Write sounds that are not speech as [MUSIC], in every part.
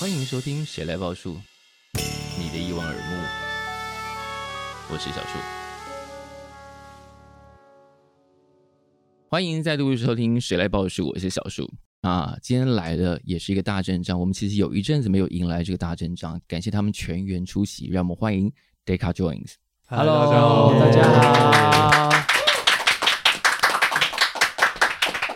欢迎收听《谁来报数》，你的一望而目，我是小树。欢迎再度收听《谁来报数》，我是小树。啊，今天来的也是一个大阵仗，我们其实有一阵子没有迎来这个大阵仗，感谢他们全员出席，让我们欢迎 Deca Joins。 Hello，大家好大家好。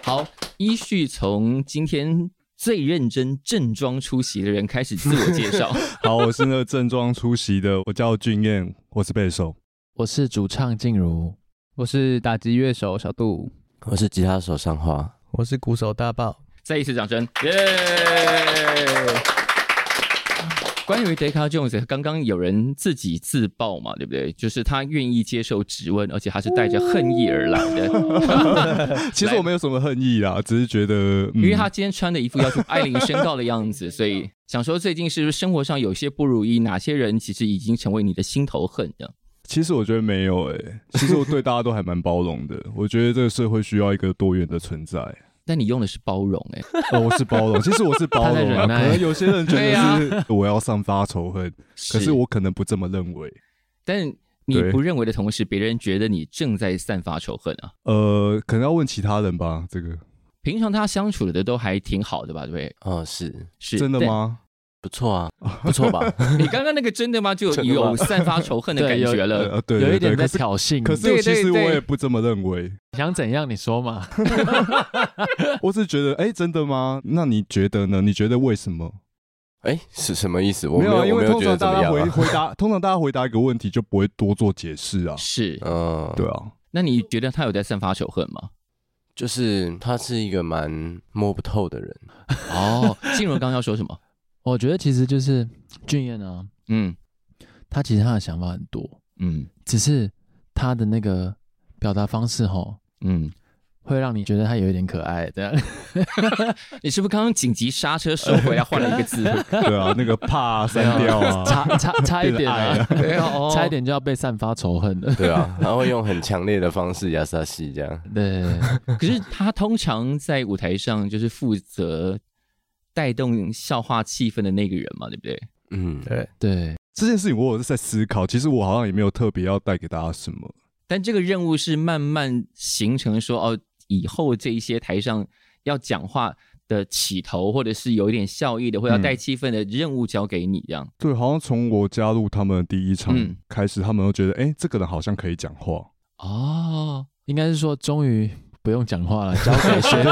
好，依序从今天最认真正装出席的人开始自我介绍。好，我是那个正装出席的，我叫俊彦，我是贝手。 [LAUGHS] 我是主唱静茹，我是打击乐手小杜，我是吉他手上花，我是鼓手大爆。再一次掌声，耶、关于 Deca Jones，刚刚有人自己自曝嘛，对不对？就是他愿意接受质问，而且他是带着恨意而来的，其实我没有什么恨意啦，只是觉得，因嗯为他今天穿的一副要求艾琳宣告的样子，所以想说最近是不是生活上有些不如意，哪些人其实已经成为你的心头恨呢？其实我觉得没有诶、其实我对大家都还蛮包容的。 [LAUGHS] 我觉得这个社会需要一个多元的存在。但你用的是包容、哎。哦，我是包容，其实我是包他在容啊。可忍耐能有些人觉对得啊是我要散发仇恨，可是我可能不这么认为。但你对不认为的同时，别人觉得你正在散发仇恨啊。呃，可能要问其他人吧。这个平常他相处的都还挺好的吧，对不对？哦，是是真的？吗？不错 [LAUGHS] 啊，不错吧？但你刚刚那个真的吗？就真的吗有散发仇恨的感对有觉了。呃，对，有对一点对在可是挑衅，可是其对对实我对也不这么认为。你想怎样？你说嘛。我只是觉得，哎、真的吗？那你觉得呢？你觉得为什么？哎，是什么意思？我有啊，因我没为有通觉得常怎么大家样回啊。回 [LAUGHS] 答，通常大家回答一个问题就不会多做解释啊。是，嗯，对，啊，那你觉得他有在散发仇恨吗？就是他是一个蛮摸不透的人，哦，静茹刚刚要说什么？ [LAUGHS] 我觉得其实就是俊彦啊，嗯他其实他的想法很多，嗯只是他的那个表达方式吼，嗯，会让你觉得他有一点可爱这样。你是不是刚刚紧急刹车收回来换了一个字？对啊，那个 [LAUGHS] 怕删掉哦啊， [LAUGHS] 差差差一点啊，对哦差一点就要被散发仇恨了。[LAUGHS] 对啊，他会用很强烈的方式压萨西这样。 [LAUGHS] 对，可是他通常在舞台上就是负责带动笑话气氛的那个人嘛，对不对？嗯，对， [LAUGHS] 对，这件事情我有在思考。其实我好像也没有特别要带给大家什么。但这个任务是慢慢形成说，哦，以后这一些台上要讲话的起头，或者是有一点笑意的，或要带气氛的任务交给你这样。对，好像从我加入他们的第一场嗯开始，他们都觉得，哎、这个人好像可以讲话。哦，应该是说终于不用讲话 [LAUGHS] 了，交给学弟。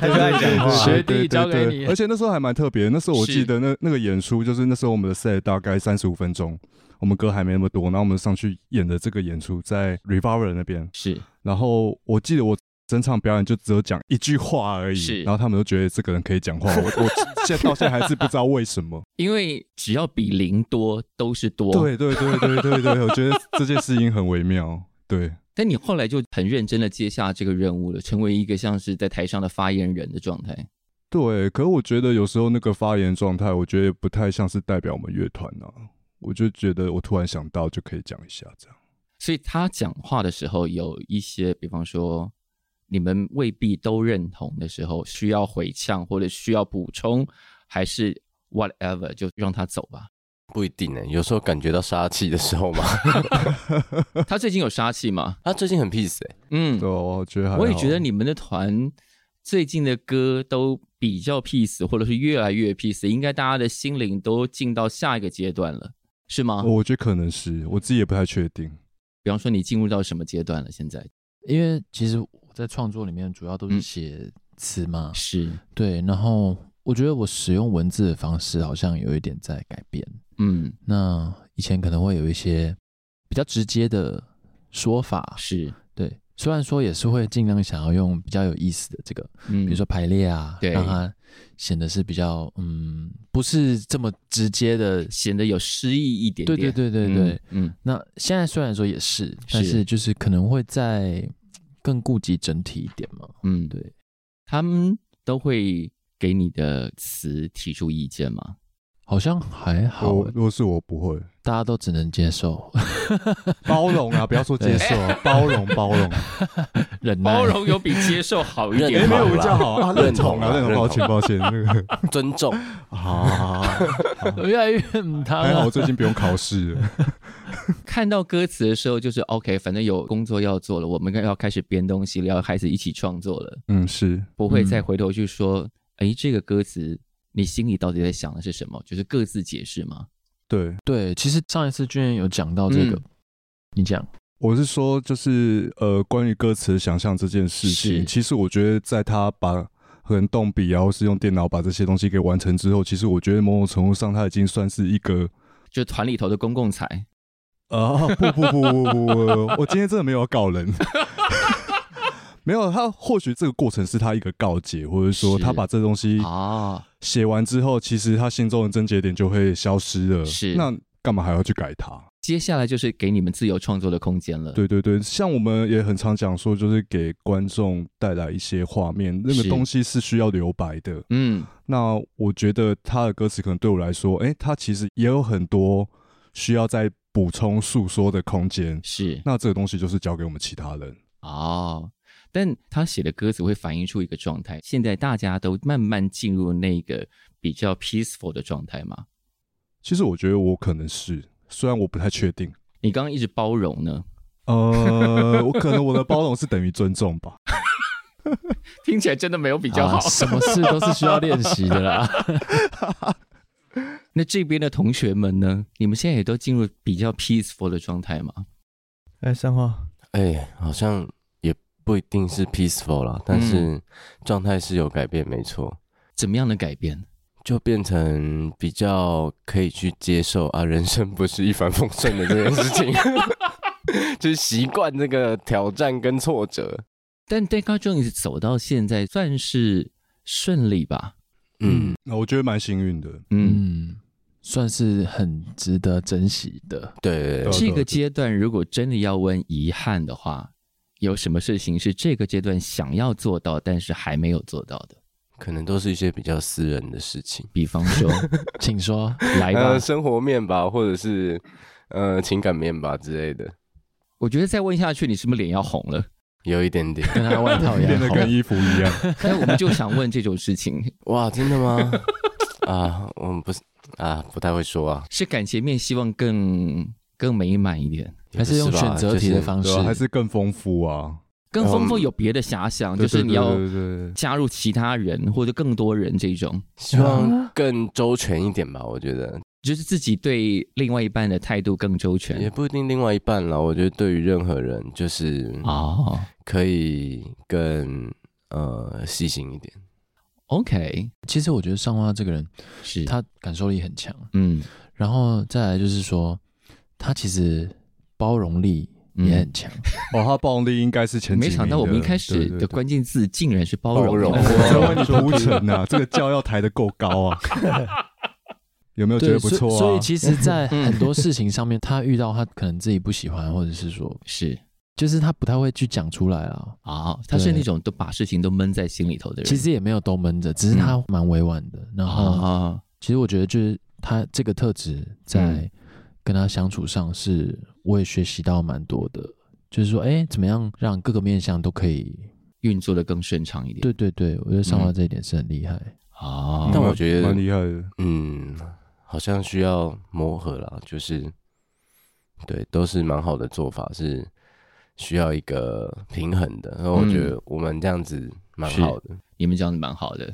他就爱讲 [LAUGHS] 对话，学弟对对交给对你而且那时候还蛮特别，那时候我是记得那那个演出，就是那时候我们的 set 大概三十五分钟，我们歌还没那么多，然后我们上去演的这个演出在 Reviver 那边，是然后我记得我整场表演就只有讲一句话而已，是然后他们都觉得这个人可以讲话，我 [LAUGHS] 我现在到现在还是不知道为什么。因为只要比零多都是多。。对对对对对对，我觉得这件事情很微妙。对，但你后来就很认真的接下这个任务了，成为一个像是在台上的发言人的状态。对，可我觉得有时候那个发言状态，我觉得不太像是代表我们乐团啊。我就觉得我突然想到就可以讲一下这样。所以他讲话的时候有一些，比方说你们未必都认同的时候，需要回呛或者需要补充，还是 whatever，就让他走 [LAUGHS] 吧。不一定呢，欸有时候感觉到杀气的时候嘛。 [LAUGHS] 他最近有杀气吗？他最近很 peace 哎，嗯对，，啊我觉得还我也觉得好你们的团最近的歌都比较 peace，或者是越来越 peace，应该大家的心灵都进到下一个阶段了，是吗？啊我觉得可能是我自己也不太确定。比方说你进入到什么阶段了？现在因为其实我在创作里面主要都嗯是写词嘛，是，对，然后我觉得我使用文字的方式好像有一点在改变。嗯，那以前可能会有一些比较直接的说法，是，对，虽然说也是会尽量想要用比较有意思的这个，嗯，比如说排列啊，对让它显得是比较嗯，不是这么直接的。显得有诗意一点对点。对对嗯对对，，嗯，那现在虽然说也是，但是是就是可能会在更顾及整体一点嘛。嗯，对，他们都会给你的词提出意见吗？好像还好我欸，如果是我不会大家都只能接受， [LAUGHS] 包容啊，不要说接受 [LAUGHS] 啊，包容包容，忍耐包容有比接受好一点认 [LAUGHS] 哎，没吗同？有比较好啊，认认同同啊，啊认同，认同抱歉抱歉，那个尊重，好好，好好越来越嗯他还好我最近不用考试了，看到歌词的时候，就是 OK，反正有工作要做了，我们要开始编东西了，要开始一起创作了，嗯，是不会再回头去说，哎、这个歌词你心里到底在想的是什么？就是各自解释吗？对，对，其实上一次君然有讲到这个，嗯你讲我是说，就是呃，关于歌词想象这件事情，是其实我觉得在他把可能动笔啊，或是用电脑把这些东西给完成之后，其实我觉得某种程度上，他已经算是一个就团里头的公共财，哦啊， [LAUGHS] 不不不不不不，我今天真的没有要 [LAUGHS] 告人。没有，他或许这个过程是他一个告解，或者说是他把这东西哦，写完之后，其实他心中的症结点就会消失了。是那干嘛还要去改它？接下来就是给你们自由创作的空间了。对对对，像我们也很常讲说，就是给观众带来一些画面，那个是东西是需要留白的。嗯，那我觉得他的歌词可能对我来说，哎，他其实也有很多需要再补充诉说的空间。是那这个东西就是交给我们其他人。哦，但他写的歌词会反映出一个状态，现在大家都慢慢进入那个比较 peaceful 的状态嘛。其实我觉得我可能是，虽然我不太确定。你刚刚一直包容呢， [LAUGHS] 呃，我可能我的包容是等于尊重吧。听起来真的没有比较好。啊什么事都是需要练习的 [LAUGHS] 啦。那这边的同学们呢？你们现在也都进入比较 peaceful 的状态吗？哎，三花，哎，好像也不一定是 peaceful 啦，但是嗯状态是有改变，没错，怎么样的改变？就变成比较可以去接受啊， [LAUGHS] 人生不是一帆风顺的这件事 [LAUGHS] 情，就是习惯这个挑战跟挫折。但 Deca Jones 走到现在算是顺利吧？嗯，那我觉得蛮幸运的。嗯，嗯，算是很值得珍惜的。对，对这个阶段如果真的要问遗憾的话，有什么事情是这个阶段想要做到但是还没有做到的？可能都是一些比较私人的事情，比方说，请说， [LAUGHS] 来吧呃，，生活面吧，或者是呃情感面吧之类的，我觉得再问下去，你是不是脸要红了？有一点点。跟他外套一变得样跟红。衣服一样，那我们就想问这种事情， [LAUGHS] 哇，真的吗？ [LAUGHS] 啊，我们不是啊，不太会说啊，是感情面希望更更美满一点，也不还是用吧选择题的，方对式啊，还是更丰富啊。更丰富嗯有别的遐想，对哦就是对你要对对对加入其他人或者更多人这种，就是希啊望更周全一点吧。我觉得就是自己对另外一半的态度更周也全。不一定另外一半了。我觉得对于任何人，就是哦可以更呃细心一点。 ，OK，其实我觉得上花这个人，是，他感受力很强，嗯然后再来就是说，他其实包容力嗯也很强。哦，他暴力应该是前没几想到名我们一的开始对对的 [LAUGHS] 对关键字竟然是包容。包 [LAUGHS] 容我在为你铺陈呐，这个教要抬得够高啊， [LAUGHS] 有没有觉得不所以错啊？所以其实， [LAUGHS] 在很多事情上面，他遇到他可能自己不喜欢，或者 [LAUGHS] 是说，是就是他不太会去讲出来啊。啊、他是对那种都把事情都闷在心里头的人。其实也没有都闷着，只是他蛮委婉的。嗯然后，啊，其实我觉得就是他这个特质在嗯跟他相处上是，我也学习到蛮多的。就是说，哎、怎么样让各个面向都可以？运作的更顺畅一点。对对对，我觉得上花嗯这一点是很厉害。啊，但我觉得嗯蛮厉害的。 [LAUGHS] 嗯，好像需要磨合啦，就是对，都是蛮好的做法，是需要一个平衡的。然后我觉得我们这样子蛮好的。你们讲的蛮好的。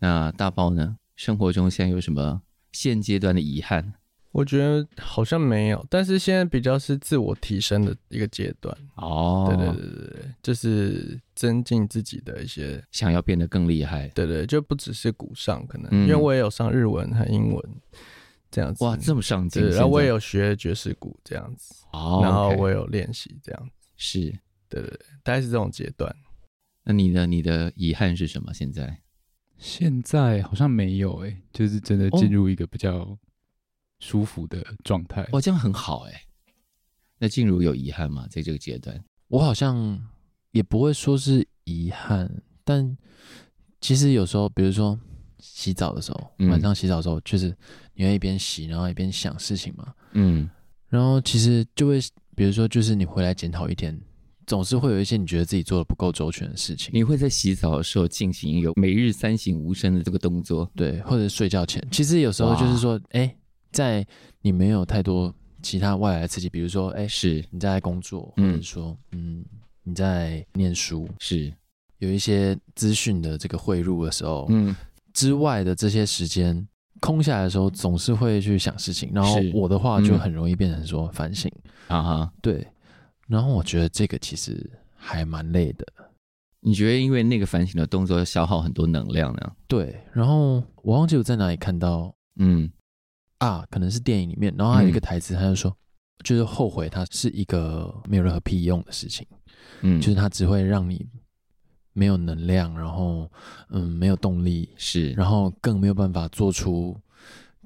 那大包呢？生活中现在有什么现阶段的遗憾？我觉得好像没有，但是现在比较是自我提升的一个阶段。哦，对对对对对，就是增进自己的一些，想要变得更厉害。对对，就不只是鼓上，可能、嗯因为我也有上日文和英文这样子。哇，这么上进！对，然后我也也，有学爵士鼓这样子，哦、然后 OK 我也有练习这样，是。对对对，大概是这种阶段。那你的你的遗憾是什么？现在现在好像没有诶、就是真的哦进入一个比较舒服的状态。哇，这样很好哎、那静茹有遗憾吗？在这个阶段，我好像也不会说是遗憾，但其实有时候，比如说洗澡的时候，嗯晚上洗澡的时候，就是你会一边洗，然后一边想事情嘛。嗯然后其实就会，比如说，就是你回来检讨一天，总是会有一些你觉得自己做的不够周全的事情。你会在洗澡的时候进行一个每日三省吾身的这个动作，对，或者是睡觉前，其实有时候就是说，哎、在你没有太多其他外来的刺激，比如说，哎、是你在工作，或嗯者说，嗯，你在念书，是，有一些资讯的这个汇入的时候，嗯之外的这些时间空下来的时候，总是会去想事情。然后是我的话就嗯很容易变成说反省，啊哈。对。然后我觉得这个其实还蛮累的，你觉得因为那个反省的动作消耗很多能量呢？对。然后我忘记我在哪里看到嗯啊，可能是电影里面，然后还有一个嗯台词，他就说，就是后悔它是一个没有任何屁用的事情，嗯，就是它只会让你没有能量，然后嗯没有动力，是，然后更没有办法做出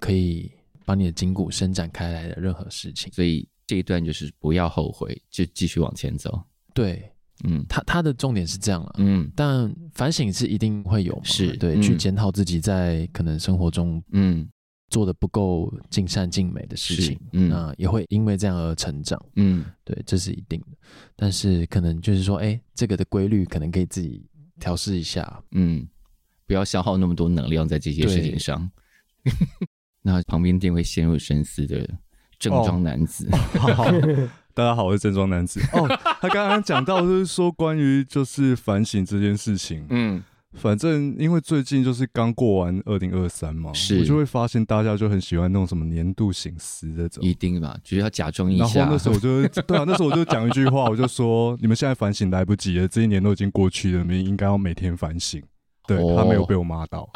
可以把你的筋骨伸展开来的任何事情。所以这一段就是不要后悔，就继续往前走。对嗯他他的重点是这样了、嗯但反省是一定会有嘛，是对，嗯去检讨自己在可能生活中嗯做的不够尽善尽美的事是情，嗯那也会因为这样而成长，嗯，对，这是一定的。但是可能就是说，哎，这个的规律可能可以自己调试一下，嗯，不要消耗那么多能量在这些事情上。 [LAUGHS] 那旁边定会陷入深思的正装男子，好，大家好，我是正装男子。哦， [LAUGHS] 他刚刚讲到就是说关于就是反省这件事情，嗯，反正因为最近就是刚过完二零二三嘛，是我就会发现大家就很喜欢那种什么年度醒思这 [LAUGHS] 种。一定吧，就是要假装一然后下那。时候 [LAUGHS] 我就对啊，那时候我就讲一句话，我就说你们现在反省来不及了，这一年都已经过去了，你们应该要每天反省。对、哦他没有被我骂到。 [LAUGHS]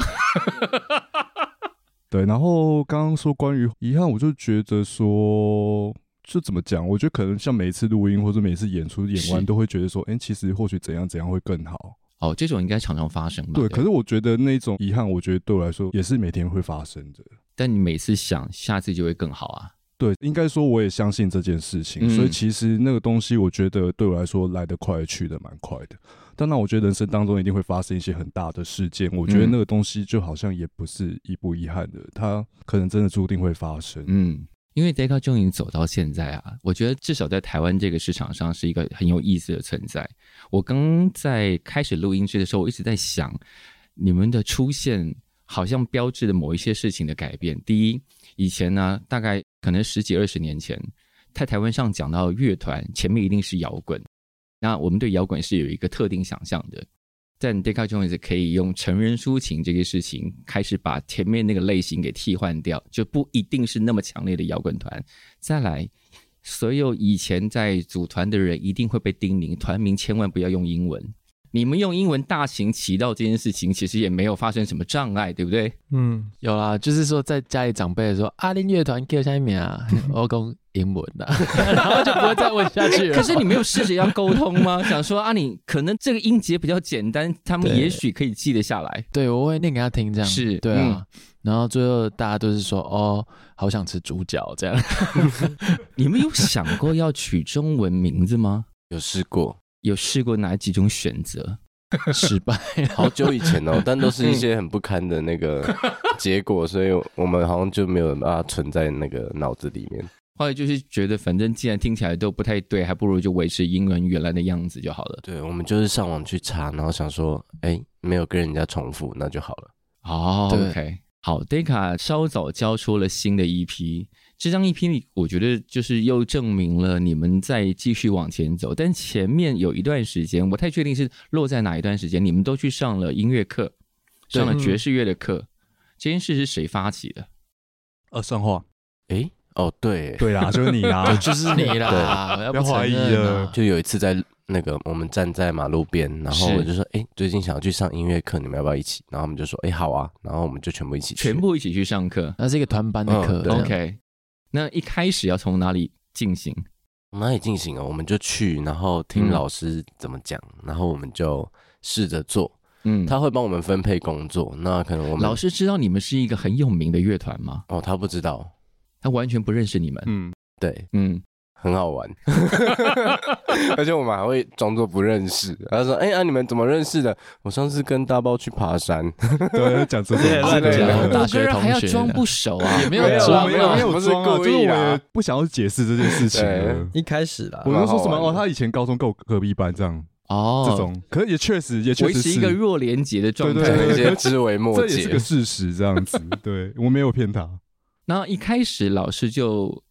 对，然后刚刚说关于遗憾，我就觉得说，就怎么讲？我觉得可能像每一次录音或者每一次演出演完，是都会觉得说，哎、其实或许怎样怎样会更好。哦，这种应该常常发生吧？对，可是我觉得那种遗憾，我觉得对我来说也是每天会发生的。但你每次想，下次就会更好啊。对，应该说我也相信这件事情，嗯所以其实那个东西，我觉得对我来说来得快，去得蛮快的。当然，我觉得人生当中一定会发生一些很大的事件，我觉得嗯那个东西就好像也不是一不遗憾的，它可能真的注定会发生。嗯，因为 Deca 终于走到现在啊，我觉得至少在台湾这个市场上是一个很有意思的存在。我刚在开始录音室的时候，我一直在想，你们的出现好像标志着某一些事情的改变。第一，以前呢，大概可能十几二十年前，在台湾上讲到乐团，前面一定是摇滚，那我们对摇滚是有一个特定想象的。但 Deca Jones 可以用成人抒情这个事情，开始把前面那个类型给替换掉，就不一定是那么强烈的摇滚团。再来，所有以前在组团的人一定会被叮咛，团名千万不要用英文。你们用英文大行其道这件事情，其实也没有发生什么障碍，对不对？嗯，有啦，就是说在家里长辈说阿林乐团给我下一名啊， [LAUGHS] 我讲英文啊的，然后就 [LAUGHS] 不会再问下去了。可是你没有试着要沟通吗？ [LAUGHS] 想说啊，你可能这个音节比较简单，他们对也许可以记得下来。对，我会念给他听，这样是嗯对啊。然后最后大家都是说，哦，好想吃猪脚这样。你们有想过要取中文名字吗？有试过，有试过哪几种选择？失败。好久以前哦，但都是一些很不堪的那个结果，所以我们好像就没有把它存在那个脑子里面。后来就是觉得，反正既然听起来都不太对，还不如就维持英文原来的样子就好了。对，我们就是上网去查，然后想说，哎、没有跟人家重复，那就好了。哦、对，o k 好，Deka 稍早交出了新的一批，这张 EP 里我觉得就是又证明了你们在继续往前走，但前面有一段时间，我不太确定是落在哪一段时间，你们都去上了音乐课，上了对爵士乐的课，这件事是谁发起的？呃，上话，哎、哦，对，对啦，就是你啦哦就是你 [LAUGHS] 啦，我 [LAUGHS] 要不要承怀疑认了啊就有一次在那个我们站在马路边，然后是我就说，哎、最近想要去上音乐课，你们要不要一起？然后我们就说，哎、好啊，然后我们就全部一起去，全部一起去上课。 [LAUGHS] 那是一个团班的课嗯这对啊样。 OK，那一开始要从哪里进行？我们也进行了，我们就去，然后嗯听老师怎么讲，然后我们就试着做，嗯，他会帮我们分配工作，那可能我们老师知道你们是一个很有名的乐团吗？哦，他不知道，他完全不认识你们。嗯，对，嗯，很 [LAUGHS] 好玩， [LAUGHS] 而且我们还会装作不认识。他说：“哎、啊，你们怎么认识的？我上次跟大包去爬山，对，啊讲这种嗯对对对然后大我学跟人同学还要装不熟啊，也没没有装啊 [LAUGHS] 没有啊没有不是装啊，就故是我意啦也不想要解释这件事情了。一开始啦我，就说什么蛮好哦，玩的他以前高中跟我隔壁班这样，哦，这种，可是也确实也确维实持一个是，弱连结的状态。对对对有一些枝微末这也是节个。事实，[LAUGHS] 这样子。对我没有骗他，然后一开始老师就，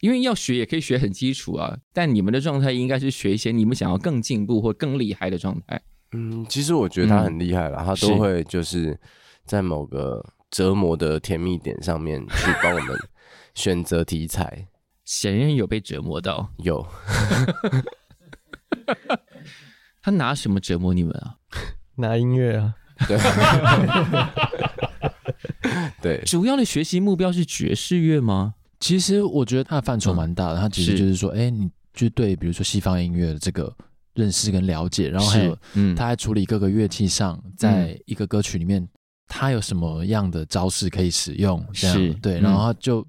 因为要学也可以学很基础啊，但你们的状态应该是学一些你们想要更进步或更厉害的状态。”嗯，其实我觉得他很厉害了，他是都会就是在某个折磨的甜蜜点上面去帮我们选择题材。显然有被折磨到，有，他拿什么折磨你们啊？拿音乐啊，对， [LAUGHS] 对，主要的学习目标是爵士乐吗？其实我觉得它的范畴蛮大的，它其实是就是说，哎、你就对比如说西方音乐的这个认识跟了解，然后还有是，嗯它在处理各个乐器上，在一个歌曲里面，它有什么样的招式可以使用，这是样对，嗯然后它就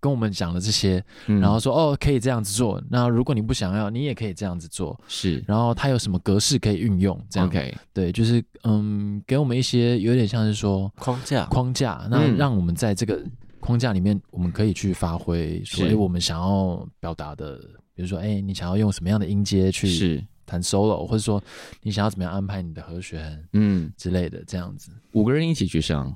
跟我们讲了这些，嗯然后说哦，可以这样子做，那如果你不想要，你也可以这样子做，是然后它有什么格式可以运用，这样 OK，对，就是嗯，给我们一些有点像是说框架框架，那嗯让我们在这个框架里面，我们可以去发挥，说是哎、诶我们想要表达的，比如说哎、诶你想要用什么样的音阶去是，弹 solo，或者说你想要怎么样安排你的和弦嗯，之类的，这样子。五个人一起去上，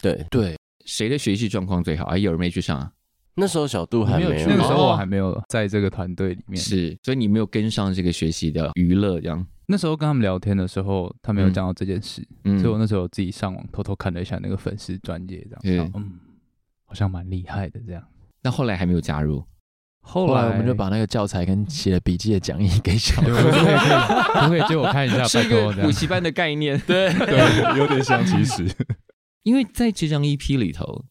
对。对，谁的学习状况最好？哎，有人没去上啊？那时候小度还没没有，有去那个时候哦我还没有在这个团队里面。是，所以你没有跟上这个学习的娱乐，这样，那时候跟他们聊天的时候，他们有嗯讲到这件事，嗯所以我那时候自己上网偷偷看了一下那个粉丝专业，这对样，想嗯，好像蛮厉害的这样。那后来还没有加入，后后来来我们就把那个教材跟写的笔记的讲义给小对，我说可不可以可不可以借我看一下，是拜一托个补这样。习班的概 [LAUGHS] 念，对，对，有点像其实。 [LAUGHS] 因为在这张 EP 里头，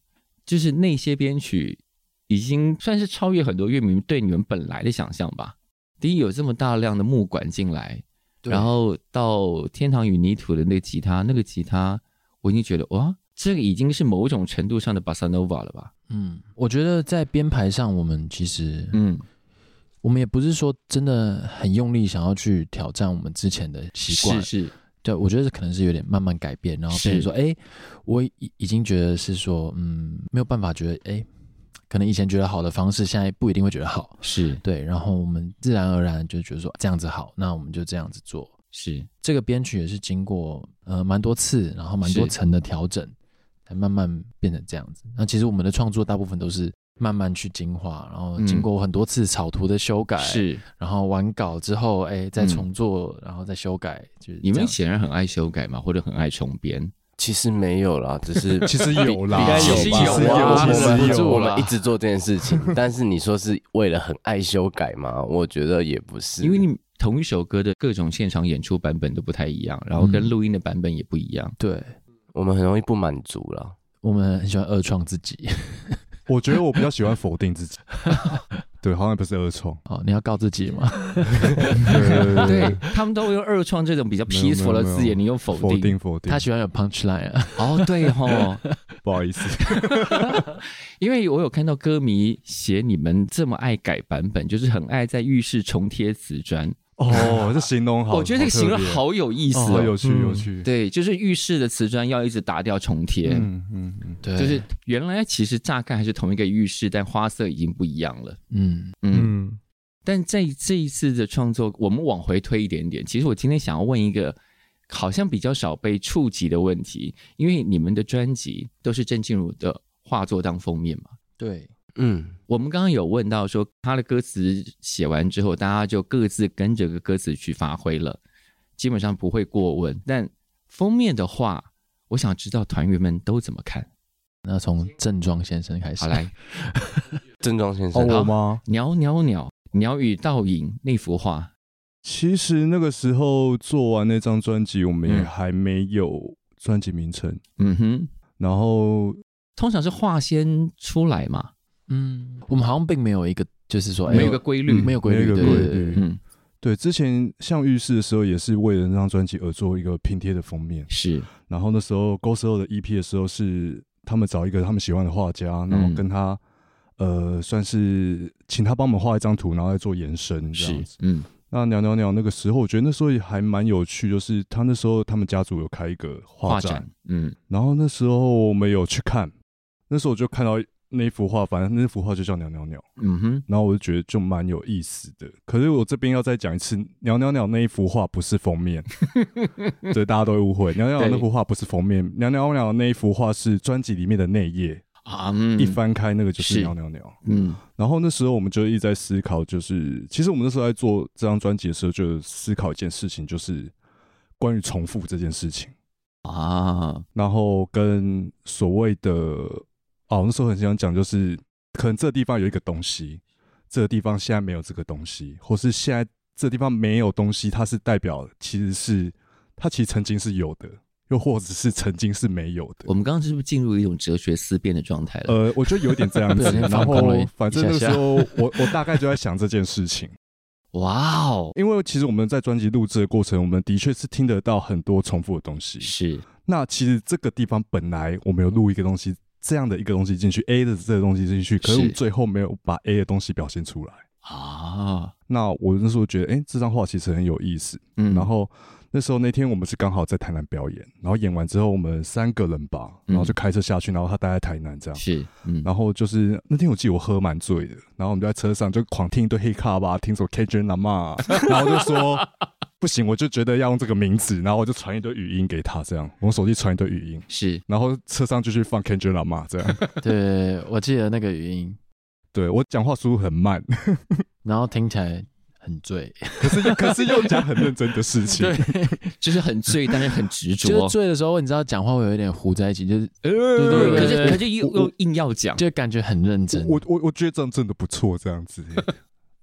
就是那些编曲已经算是超越很多乐迷对你们本来的想象吧。第一，有这么大量的木管进来，然后到《天堂与泥土》的那个吉他，那个吉他我已经觉得哇，这个已经是某种程度上的 bossa nova 了吧？嗯，我觉得在编排上，我们其实嗯，我们也不是说真的很用力想要去挑战我们之前的习惯是，是，对，我觉得可能是有点慢慢改变，然后是变成说，哎、我已已经觉得是说，嗯，没有办法觉得，哎、可能以前觉得好的方式，现在不一定会觉得好，是对，然后我们自然而然就觉得说这样子好，那我们就这样子做。是，这个编曲也是经过呃蛮多次，然后蛮多是层的调整，才慢慢变成这样子。那其实我们的创作大部分都是慢慢去精化，然后经嗯过很多次草图的修哎改，是，然后完稿之后，哎，再嗯重做，然后再修改，就是你这们样显然很爱修改嘛，或者很爱重编，其实没有啦，只是其实有啦，应该有其实吧有，啊其我们实不是有我啦们一直做这件事情，但是你说是为了很爱修改吗？我觉得也不是，因为你同一首歌的各种现场演出版本都不太一样，然后跟嗯录音的版本也不一样。对。我们很容易不满足了。我们很喜欢二创自己。 [LAUGHS] 我觉得我比较喜欢否定 [LAUGHS] 自己。对，好像不是二创。好，哦你要告自己吗？对对， [LAUGHS] 他们都用二创这种比较没有没有 peaceful 的字没有眼，你用否否定否定他，喜欢有 punch line 啊。哦，对吼，不好意思，因为我有看到歌迷写你们这么爱改版本，就是很爱在浴室重贴瓷砖， [LAUGHS] 哦，这形容好，我觉得这个形容好有意思特别，好哦。有趣嗯有趣。对，就是浴室的瓷砖要一直打掉重贴，嗯嗯嗯，对就是原来其实乍看还是同一个浴室，但花色已经不一样了。嗯，嗯，嗯，但在这一次的创作，我们往回推一点点，其实我今天想要问一个好像比较少被触及的问题，因为你们的专辑都是郑静茹的画作当封面嘛。对，嗯，我们刚刚有问到说，他的歌词写完之后，大家就各自跟着个歌词去发挥了，基本上不会过问。但封面的话，我想知道团员们都怎么看。那从正装先生开始。好，来，郑庄先哦，生，我吗？鸟鸟鸟鸟语倒影那幅画，其实那个时候做完那张专辑，我们也嗯还没有专辑名称，嗯哼，然后通常是画先出来嘛，嗯，我们好像并没有一个，就是说，哎没有一个规律没。有规没律，有一对个对规对对律。嗯，对，之前像浴室的时候，也是为了那张专辑而做一个拼贴的封面。是然后那 E 嗯时候 Go Solo 的 EP 的时候，是他们找一个他们喜欢的画家，然后跟他呃，算是请他帮我们画一张图，然后再做延伸这样是子。，嗯，那鸟鸟鸟那个时候，我觉得那时候也还蛮有趣，就是他那时候他们家族有开一个画画展，展，嗯，然后那时候我们有去看，那时候我就看到那幅画，反正那幅画就叫鸟鸟鸟，嗯哼，然后我就觉得就蛮有意思的。可是我这边要再讲一次，鸟鸟鸟那一幅画不是 [LAUGHS] 封面，对，大家都会误会，鸟鸟鸟那对幅画不是封面，鸟鸟鸟那一幅画是专辑里面的内页，啊，嗯一，翻开那个就是是鸟鸟鸟。嗯，然后那时候我们就一直在思考，就是其实我们那时候在做这张专辑的时候，就思考一件事情，就是关于重复这件事情。啊，然后跟所谓的哦，那时候很想讲，就是可能这地方有一个东西，这个地方现在没有这个东西，或是现在这地方没有东西，它是代表其实是它其实曾经是有的，又或者是曾经是没有的我。们刚刚是不是进入一种哲学思辨的状态了？呃，我觉得有点这 [LAUGHS] 样不子小，心然放后空了一反正一那下下时候我我大概就在想这件事情，哇哦，因为其实我们在专辑录制的过程，我们的确是听得到很多重复的东西，是，那其实这个地方本来我们有录一个东西，这样的一个东西进去，A 的这个东西进去，可是我们是最后没有把 A 的东西表现出来。啊，那我那时候觉得，哎、这张画其实很有意思。嗯，然后那时候那天我们是刚好在台南表演，然后演完之后我们三个人吧，嗯然后就开车下去，然后他待在台南这样。是，嗯，然后就是那天我记得我喝蛮醉的，然后我们就在车上就狂听一堆黑卡吧，听什么 k j n a m [LAUGHS] a 然后我就说不行，我就觉得要用这个名字，然后我就传一堆语音给他，这样我手机传一堆语音，是，然后车上就去放 Kendrick Lamar 这样。对，我 [LAUGHS] 记得那个语音，对我讲话速度很慢，然后听起来很醉，可是又可是又讲很认真的事情。 [LAUGHS] 对，就是很醉，但是很执 [LAUGHS] 就着是，醉的时候，你知道讲话会有一点糊在一起，就是呃对可对是对可是又我又硬要讲，就感觉很认真。我我我觉得这样真的不错，这样子。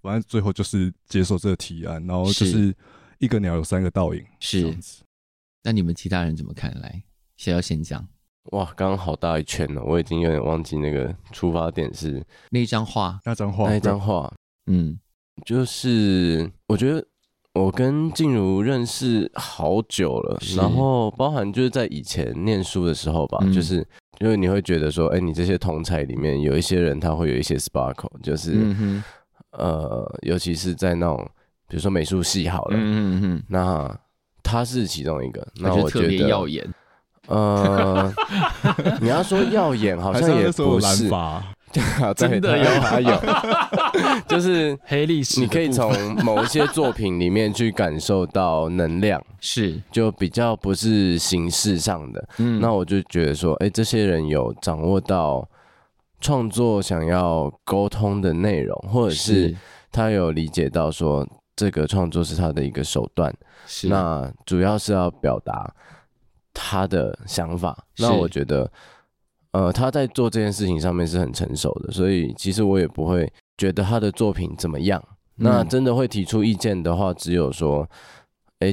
反正最后就是接受这个提案，然后就是一个鸟有三个倒影，这是样。子。那你们其他人怎么看？来，谁要先讲？哇，刚刚好大一圈哦，我已经有点忘记那个出发点是那一张画，那张画，那一张画，嗯，就是我觉得我跟静茹认识好久了，是然后包含就是在以前念书的时候吧，嗯就是就是你会觉得说，哎、你这些同才里面有一些人他会有一些 sparkle，就是、嗯哼，呃，尤其是在那种比如说美术系好嗯了，嗯嗯，那他是其中一个，那我我觉觉得特得别耀眼，呃，你要说耀眼 [LAUGHS] 好还是像也那时候有不蓝是， [LAUGHS] 发，真的有还有，就是。黑历史的你部可分，以从某一些作品里面去感受到能量，是，就比较不是形式上的。嗯那我就觉得说，哎、这些人有掌握到创作想要沟通的内容，或者是他有理解到说这个创作是他的一个手段，是那主要是要表达他的想法。是那我觉得，呃，他在做这件事情上面是很成熟的，所以其实我也不会觉得他的作品怎么样。那嗯真的会提出意见的话，只有说，哎、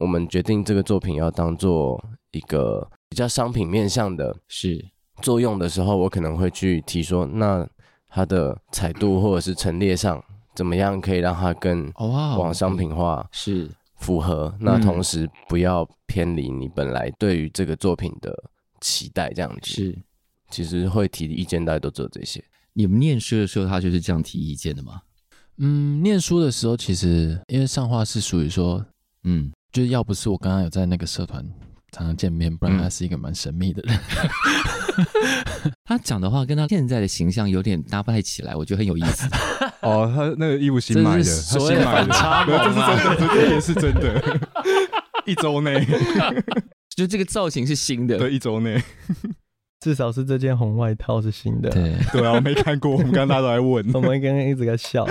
我们决定这个作品要当做一个比较商品面向的是作用的时候，我可能会去提说，那它的彩度或者是陈列上怎么样可以让它更哦哇，往商品化是符合，那同时不要偏离你本来对于这个作品的期待，这样子。是，其实会提的意见，大家都只有这些。你们念书的时候他就是这样提意见的吗？嗯，念书的时候，其实因为上画是属于说，嗯，就是要不是我刚刚有在那个社团常常见面，不嗯然他是一个蛮神秘的人。他讲的话跟他现在的形象有点搭不太起来，我觉得很有意思。 [LAUGHS] 哦，他那个衣服新买的，这他是所新谓的买的，对这是真的，这这也是真的。一周内，就这个造型是新的，对，一周内，至少是这件红外套是新的。对，对啊，我没看过，我们刚刚大家都在问，我们刚刚一直在笑，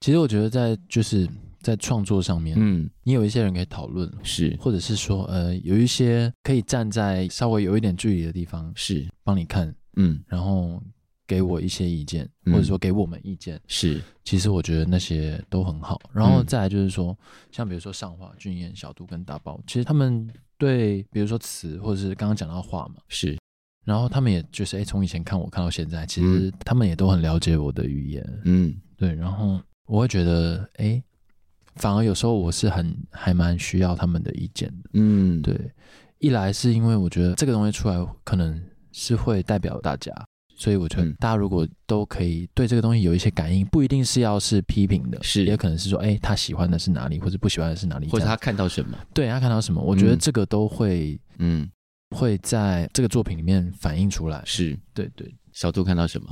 其实我觉得在就是在创作上面，嗯，你有一些人可以讨论，是或者是说，呃，有一些可以站在稍微有一点距离的地方是，帮你看，嗯然后给我一些意见，嗯或者说给我们意见。是，其实我觉得那些都很好。然后嗯再来就是说，像比如说上画、俊彦、小杜跟大宝，其实他们对比如说词，或者是刚刚讲到画嘛，是然后他们也就是哎，从以前看我看到现在，其嗯实他们也都很了解我的语言，嗯对。然后我会觉得哎，反而有时候我是很还蛮需要他们的意见的，嗯，对。一来是因为我觉得这个东西出来可能是会代表大家，所以我觉得嗯大家如果都可以对这个东西有一些感应，不一定是要是批评的，是也可能是说，哎、他喜欢的是哪里，或者不喜欢的是哪里，或者这样他看到什么，对他看到什么，我觉得嗯这个都会、嗯，会在这个作品里面反映出来。是对对，小杜看到什么，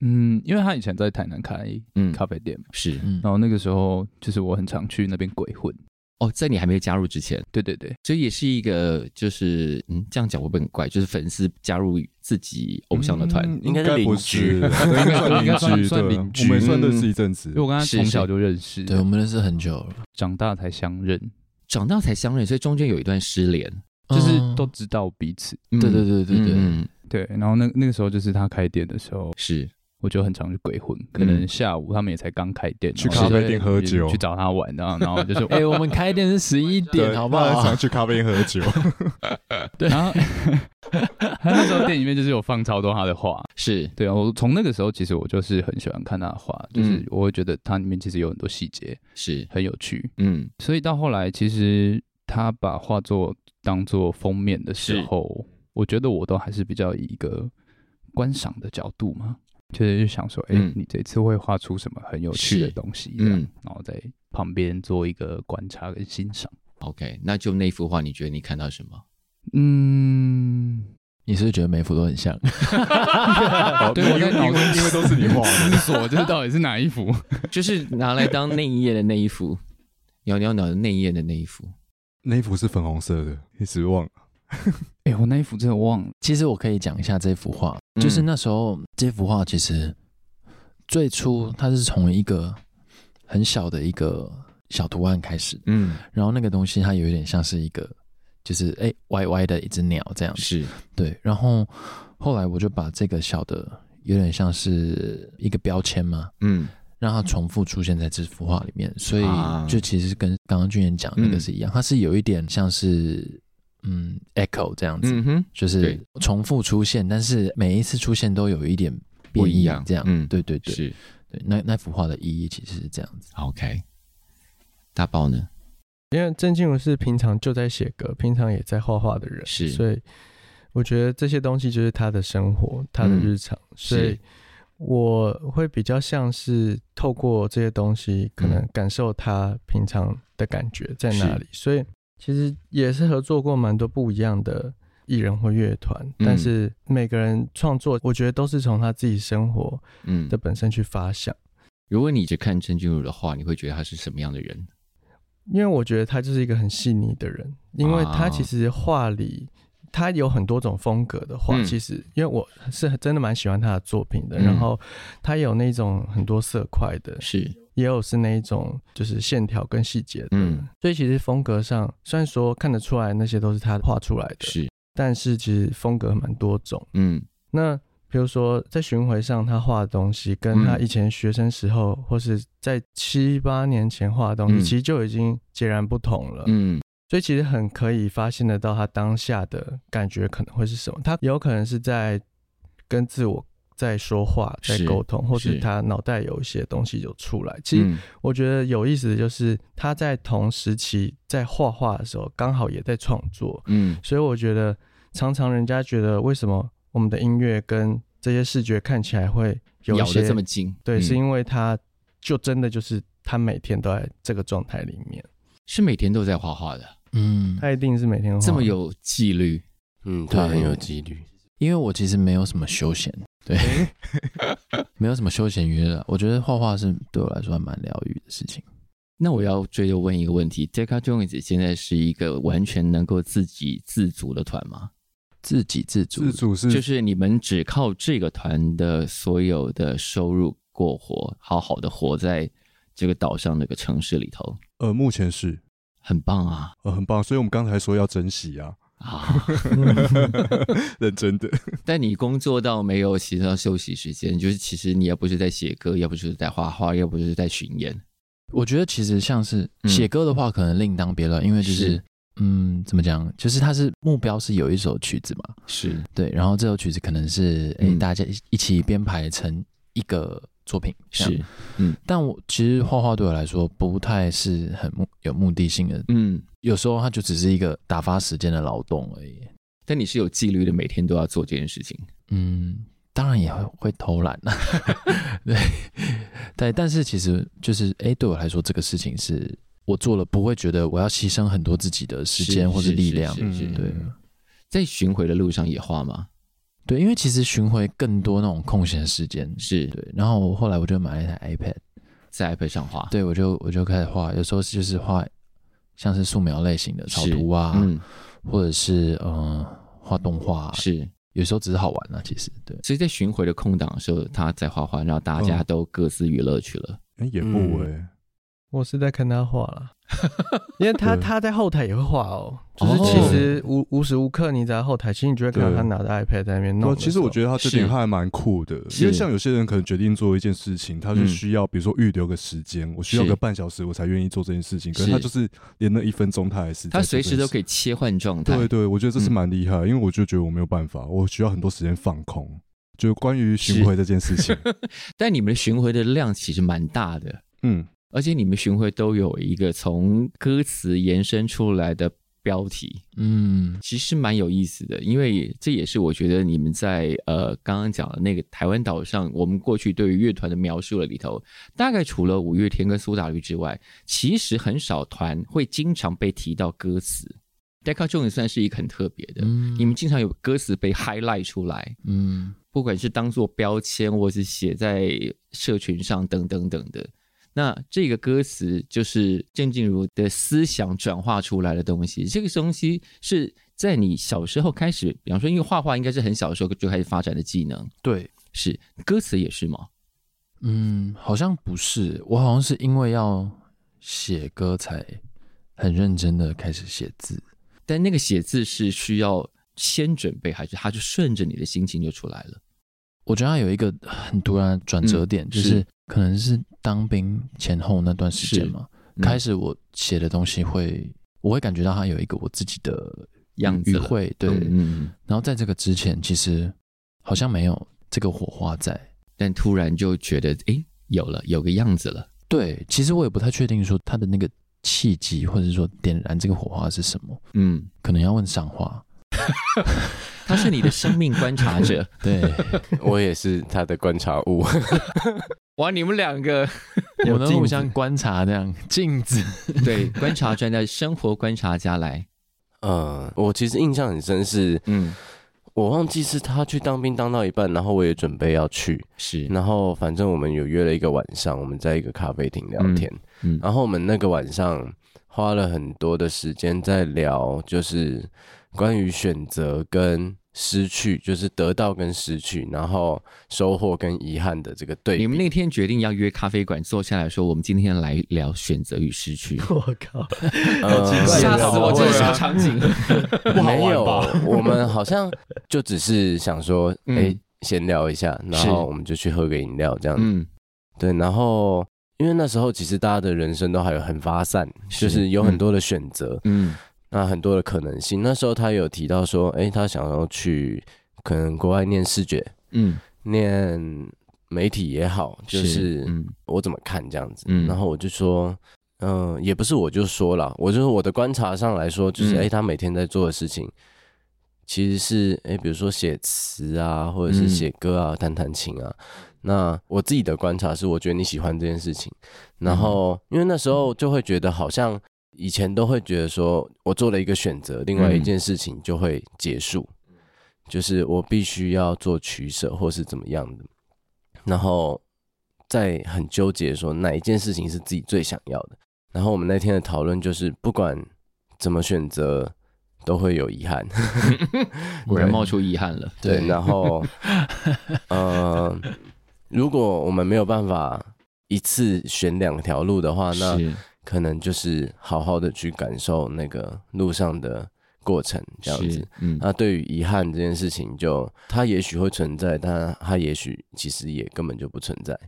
嗯，因为他以前在台南开嗯，咖啡店嘛，是嗯，然后那个时候就是我很常去那边鬼混，哦，在你还没有加入之前，对对对，这也是一个就是嗯，这样讲会不会很怪？就是粉丝加入自己偶像的团，嗯应该是不邻是，居应该算邻居，算对邻居我们算认识一阵子因为。我跟他是从是小就认识，对，我们认识很久了，长大才相认，长大才相认，所以中间有一段失联，就是嗯都知道彼此。嗯对对对对对，嗯嗯对，然后那那个时候就是他开店的时候，是我就很常去鬼混，可能下午他们也才刚开店，去然后咖啡就店喝酒去找他玩，然后然后就是哎、我们开店是十一点，对好不他很好常？去咖啡店喝酒，然后他那时候店里面就是有放超多他的画，是，对啊，我从那个时候其实我就是很喜欢看他的画，就是我会觉得他里面其实有很多细节是，很有趣，嗯，所以到后来其实他把画作当做封面的时是候，我觉得我都还是比较以一个观赏的角度嘛，就是就想说，哎、嗯你这次会画出什么很有趣的是东西，这样，嗯然后在旁边做一个观察跟欣赏， OK，那就那幅画，你觉得你看到什么？ [LAUGHS] 嗯。你是不是觉得每幅都很 [LAUGHS] 像？哦对我因在为脑因为因为都是你画的，思索这到 [LAUGHS] 底是哪一幅？就是拿来当内衣页的那一幅，鸟鸟鸟的内衣页的那一幅。那一幅是粉红色的，一直忘了。哎、我那一幅真的忘了。其实我可以讲一下这幅画，嗯就是那时候这幅画其实最初它是从一个很小的一个小图案开始，嗯，然后那个东西它有一点像是一个就是哎、歪歪的一只鸟这样子，是，对，然后后来我就把这个小的有点像是一个标签嘛。嗯，让它重复出现在这幅画里面，所以啊就其实跟刚刚俊彦讲的那个嗯是一样，它是有一点像是嗯 echo 这样子，嗯哼，就是对重复出现，但是每一次出现都有一点变不异一样这样，嗯对对对，是对，那那幅画的意义其实是这样子， OK。大爆呢？因为郑静茹是平常就在写歌，平常也在画画的人，是所以我觉得这些东西就是他的生活，他的嗯日常，所是以我会比较像是透过这些东西，可能嗯感受他平常的感觉在哪是里。所以其实也是合作过蛮多不一样的艺人或乐团，嗯但是每个人创作，我觉得都是从他自己生活嗯的，本身去发想。如果你只看郑俊儒的话，你会觉得他是什么样的人？因为我觉得他就是一个很细腻的人，因为啊他其实画里他有很多种风格的画，嗯其实因为我是真的蛮喜欢他的作品的，嗯然后他有那种很多色块的，是，也有是那一种就是线条跟细节的，嗯所以其实风格上虽然说看得出来那些都是他画出来的，是，但是其实风格蛮多种。嗯那比如说在巡回上他画的东西，跟嗯他以前学生时候、或是在七八年前画的东西，嗯其实就已经截然不同了。嗯，所以其实很可以发现得到他当下的感觉可能会是什么，他有可能是在跟自我在说话、在是沟通，或是是他脑袋有一些东西就出来。其实嗯我觉得有意思的就是他在同时期在画画的时候，刚好也在创作，嗯所以我觉得常常人家觉得为什么我们的音乐跟这些视觉看起来会有一咬些得这么紧，对，嗯是因为他就真的就是他每天都在这个状态里面，是每天都在画画的，嗯，他一定是每天画这么有纪律，嗯，他很有纪律，因为我其实没有什么休闲，对， [LAUGHS] 没有什么休闲娱乐，我觉得画画是对我来说还蛮疗愈的事情，那我要追着问一个问题 d e c a Jones 现在是一个完全能够自给自足的团吗？自给自足，自主是就是你们只靠这个团的所有的收入过活，好好的活在这个岛上这个城市里头，呃，目前是很棒啊呃很棒，所以我们刚才说要珍惜啊，啊！ [LAUGHS] 认真的。但你工作到没有其他休息时间，就是其实你要不是在写歌，要不就是在画画，要不就是在巡演，我觉得其实像是嗯写歌的话，可能另当别论，因为就是是嗯，怎么讲，就是它是目标是有一首曲子嘛，是对，然后这首曲子可能是诶、嗯大家一一起编排成一个作品，这样是，但我其实画画对我来说不太是很目有目的性的，嗯。有时候它就只是一个打发时间的劳动而已。但你是有纪律的，每天都要做这件事情，嗯，当然也会会偷懒啊， [LAUGHS] 对对，但是其实就是哎、诶对我来说，这个事情是我做了不会觉得我要牺牲很多自己的时间或是是力量，是是是对在巡回的路上也画吗？对，因为其实巡回更多那种空闲时间，是对。然后我后来我就买了一台 iPad，在 iPad 上画，对我就我就开始画，有时候就是画像是素描类型的草是图啊，嗯，或者是嗯画动画、啊，是。有时候只是好玩啊，其实对。所以在巡回的空档的时候，他在画画，然后大家都各自娱乐去了。哎也嗯不哎，我是在看他画了，因为他对他在后台也会画哦，就哦是其实无无时无刻你在后台，其实你就会看到对他拿着 iPad 在那边弄那的时候。其实我觉得他这是点还蛮酷的，是因为像有些人可能决定做一件事情，他嗯是需要比如说预留个时间，我需要是个半小时我才愿意做这件事情，可是是他就是连那一分钟他还是他随时都可以。以切换状态。对对，我觉得这是嗯蛮厉害，因为我就觉得我没有办法，我需要很多时间放空。就关于巡回这件 [LAUGHS] 事情，但你们巡回的量其实蛮大的，嗯，而且你们巡回都有一个从歌词延伸出来的标题，嗯，其实蛮有意思的。因为这也是我觉得你们在呃刚刚讲的那个台湾岛上，我们过去对于乐团的描述了里头，大概除了五月天跟苏打绿之外，其实很少团会经常被提到歌词。Deca Jones 算是一个很特别的，嗯你们经常有歌词被 highlight 出来，嗯，不管是当做标签，或是写在社群上等等等的。那这个歌词就是郑静茹的思想转化出来的东西。这个东西是在你小时候开始，比方说，因为画画应该是很小的时候就开始发展的技能，对，是歌词也是吗？嗯，好像不是，我好像是因为要写歌才很认真的开始写字。但那个写字是需要先准备，还是他就顺着你的心情就出来了？我觉得它有一个很突然的转折点，嗯就是是可能是当兵前后那段时间是嘛，嗯开始我写的东西会，我会感觉到它有一个我自己的样子语了汇，对。嗯嗯嗯然后在这个之前，其实好像没有这个火花在。但突然就觉得，诶，有了，有个样子了。对，其实我也不太确定说它的那个契机，或者说点燃这个火花是什么，嗯，可能要问赏花。他是你的生命观察者。对。 [LAUGHS] 我也是他的观察物， [LAUGHS] [LAUGHS] 哇，你们两个我有们镜互子相观察这样镜子， [LAUGHS] 对观察专家、生活观察家来，嗯，我其实印象很深是，嗯，我忘记是他去当兵当到一半，然后我也准备要去，是，然后反正我们有约了一个晚上，我们在一个咖啡厅聊天，嗯嗯然后我们那个晚上花了很多的时间在聊，就是关于选择跟失去，就是得到跟失去，然后收获跟遗憾的这个对比。你们那天决定要约咖啡馆坐下来说，我们今天来聊选择与失 [LAUGHS] 去。我靠， [LAUGHS] 呃吓死我！这对是什啊么场景？ [LAUGHS] 没有，我们好像就只是想说，嗯哎、闲聊一下，然是后我们就去喝个饮料这样子。嗯，对，然后因为那时候其实大家的人生都还有很发散，是就是有很多的选择，嗯那很多的可能性。那时候他有提到说，哎、他想要去可能国外念视觉，嗯，念媒体也好，就是嗯我怎么看这样子。嗯然后我就说。嗯、也不是，我就说了，我就是我的观察上来说，就是嗯哎、诶他每天在做的事情，其实是哎、诶比如说写词啊，或者是嗯写歌啊，弹弹琴啊。那我自己的观察是，我觉得你喜欢这件事情，然后因为那时候就会觉得好像以前都会觉得说我做了一个选择，另外一件事情就会结束，就是我必须要做取舍或是怎么样的，然后在很纠结说哪一件事情是自己最想要的。然后我们那天的讨论就是，不管怎么选择，都会有遗憾。果然冒出遗憾了。 [LAUGHS] 对，然后呃，如果我们没有办法一次选两条路的话，那是可能就是好好的去感受那个路上的过程，这样子是。，嗯那对于遗憾这件事情就，它也许会存在，但它也许其实也根本就不存在，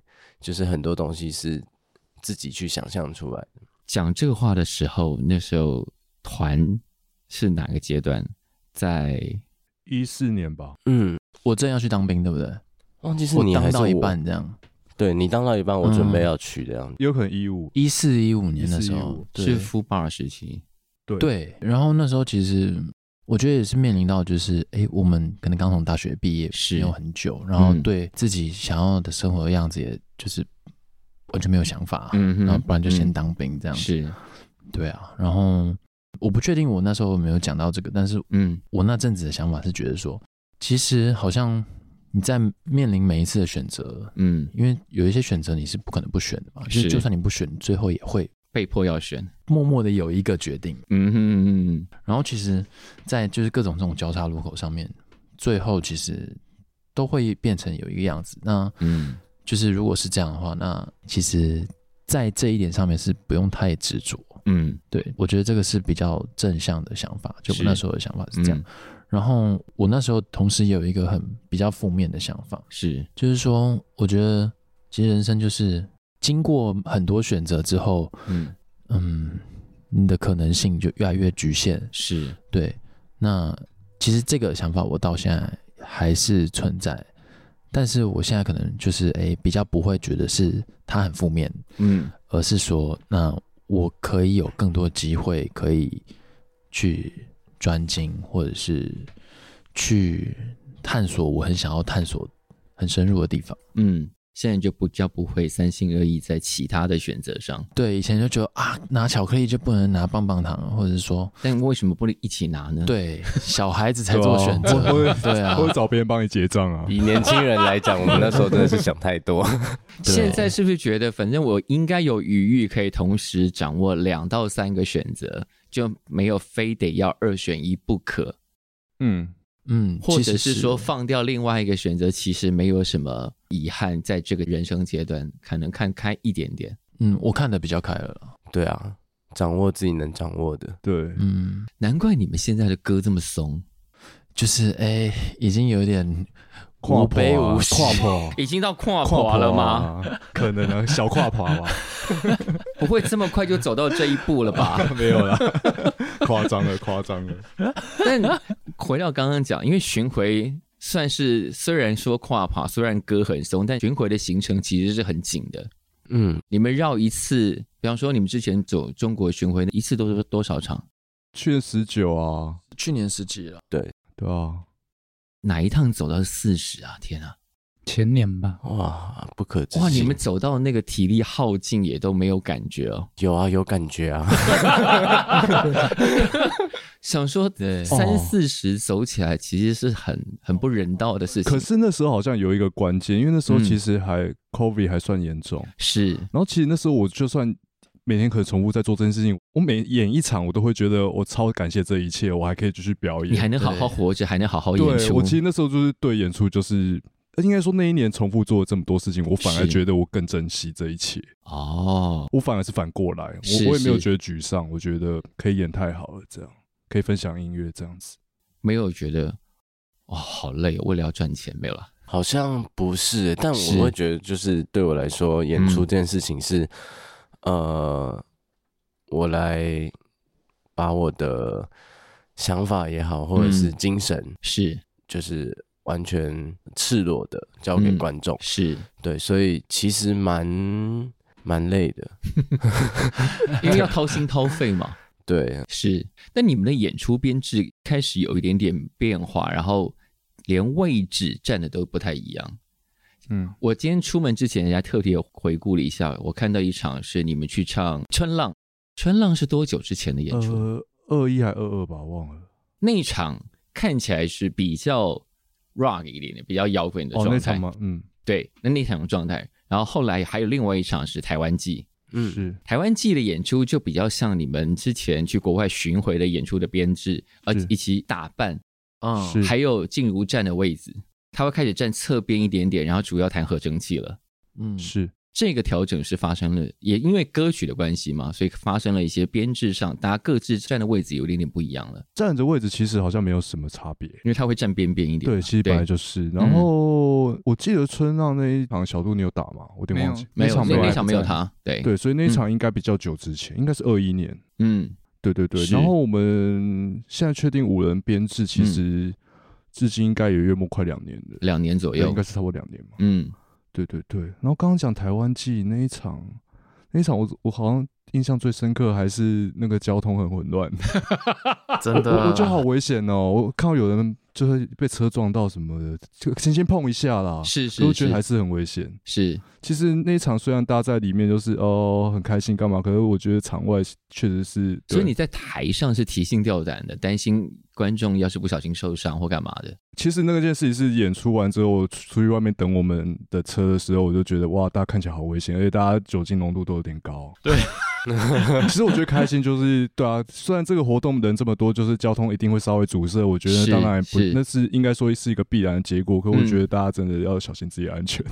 就是很多东西是自己去想象出来的。讲这个话的时候，那时候团是哪个阶段？在一四年吧，嗯，我正要去当兵，对不对？忘记是我你还当是我到一半这样，对你当到一半，我准备嗯要去的样子。也有可能一五，一四一五年的时候1415，对是 f u b a 时期，对，对。然后那时候其实我觉得也是面临到，就是哎、诶我们可能刚从大学毕业，是没有很久，然后嗯对自己想要的生活的样子，也就是完全没有想法，啊嗯哼然后不然就先嗯当兵这样子。是，对啊，然后我不确定我那时候有没有讲到这个，但是嗯我那阵子的想法是觉得说，其实好像你在面临每一次的选择，嗯，因为有一些选择你是不可能不选的嘛，就是就算你不选，你最后也会被迫要选，默默的有一个决定。嗯哼嗯哼然后其实，在就是各种这种交叉路口上面，最后其实都会变成有一个样子。那嗯就是如果是这样的话，那其实，在这一点上面是不用太执着。嗯对我觉得这个是比较正向的想法，就我是那时候的想法是嗯，这样。然后我那时候同时也有一个很比较负面的想法，是，就是说，我觉得其实人生就是经过很多选择之后，嗯嗯，你的可能性就越来越局限。是，对，那其实这个想法我到现在还是存在，但是我现在可能就是诶、比较不会觉得是它很负面，嗯而是说，那我可以有更多机会可以去专精，或者是去探索我很想要探索很深入的地方。嗯，现在就不叫不会三心二意在其他的选择上，对，以前就觉得啊，拿巧克力就不能拿棒棒糖，或者是说，但为什么不能一起拿呢？，对，小孩子才做选择，对啊我对啊我，会找别人帮你结账啊。以年轻人来讲，我们那时候真的是想太多。对现在是不是觉得反正我应该有余裕可以同时掌握两到三个选择，就没有非得要二选一不可，嗯，嗯，或其者实是是说放掉另外一个选择，其实没有什么遗憾，在这个人生阶段可能看开一点点。嗯，我看的比较开了啦，对啊，掌握自己能掌握的。对，嗯，难怪你们现在的歌这么松，就是哎、已经有点跨婆无悲啊无喜，跨婆，已经到跨跨垮婆了吗？啊？可能啊，小跨婆吧，不会这么快就走到这一步了吧？ [LAUGHS] 没 [LAUGHS] 有啦，夸张了，夸张了。但回到刚刚讲，因为巡回算是虽然说跨跑，虽然歌很松，但巡回的行程其实是很紧的。嗯，你们绕一次，比方说你们之前走中国巡回，一次都是多少场？去年十九啊，去年十几了，对啊，哪一趟走到四十啊？天啊！前年吧，哇，不可置信。哇，你们走到那个体力耗尽也都没有感觉哦。有啊，有感觉啊。想说对哦三四十走起来其实是很很不人道的事情。可是那时候好像有一个关键，因为那时候嗯其实还、COVID 还算严重，是然后其实那时候我就算每天可能重复在做这件事情，我每演一场，我都会觉得我超感谢这一切，我还可以继续表演。你还能好好活着，还能好好演对出。我其实那时候就是对演出就是。呃应该说那一年重复做了这么多事情，我反而是觉得我更珍惜这一切，哦，我反而是反过来，是我我也没有是觉得沮丧，我觉得可以演太好了，这样可以分享音乐这样子。没有觉得哦好累，为了要赚钱没有了。好像不是欸，但是我会觉得，就是对我来说，演嗯出这件事情是，呃，我来把我的想法也好，或者是嗯精神，是就是完全赤裸的交给嗯观众。 [LAUGHS] 是，对，所以其实蛮蛮累的。因为要掏心掏肺嘛。对，是，那你们的演出编制开始有一点点变化，然后连位置站的都不太一样。嗯，我今天出门之前，人家特别回顾了一下，我看到一场是你们去唱《春浪》，《春浪》是多久之前的演出？呃，二一还二二吧，忘了。哦那一场看起来是比较 rock 一点点，比较摇滚的哦，状那态。场吗？嗯，对，那那场状态。然后后来还有另外一场是台湾季，嗯，是台湾季的演出就比较像你们之前去国外巡回的演出的编制，而是以及打扮，嗯，是还有静茹站的位置，他会开始站侧边一点点，然后主要弹合成器了。嗯，是，这个调整是发生了，也因为歌曲的关系嘛，所以发生了一些编制上，大家各自站的位置有一点点不一样了，站着位置其实好像没有什么差别。因为他会站边边一点嘛。对，其实本来就是。嗯然后我记得春浪那一场，小度你有打吗？我有点忘记，没那有场那没有那来场没有嗯他，对，对，所以那一场应该比较久之前，应该是二一年。嗯，对对对。是嗯然后我们现在确定五人编制，其实至今应该也月末快两年了，两年左对右应该，是差不多两年嘛。嗯，对对对。然后刚刚讲台湾季那一场，那一场我我好像印象最深刻还是那个交通很混 [LAUGHS] 乱，真我的啊我觉得好危险哦！我看到有人就是被车撞到什么的，就轻轻碰一下啦，是是可我觉得是还是很危险。是其实那一场虽然大家在里面就是哦很开心干嘛，可是我觉得场外确实是，对所以你在台上是提心吊胆的，担心观众要是不小心受伤或干嘛的。其实那个件事情是演出完之后，我出去外面等我们的车的时候，我就觉得哇，大家看起来好危险，而且大家酒精浓度都有点高。 [LAUGHS] 对， [LAUGHS] 其实我觉得开心就是对啊，虽然这个活动人这么多，就是交通一定会稍微阻塞，我觉得是当然不，是那是应该说是一个必然的结果。可我觉得大家真的要小心自己的安 [LAUGHS] 全。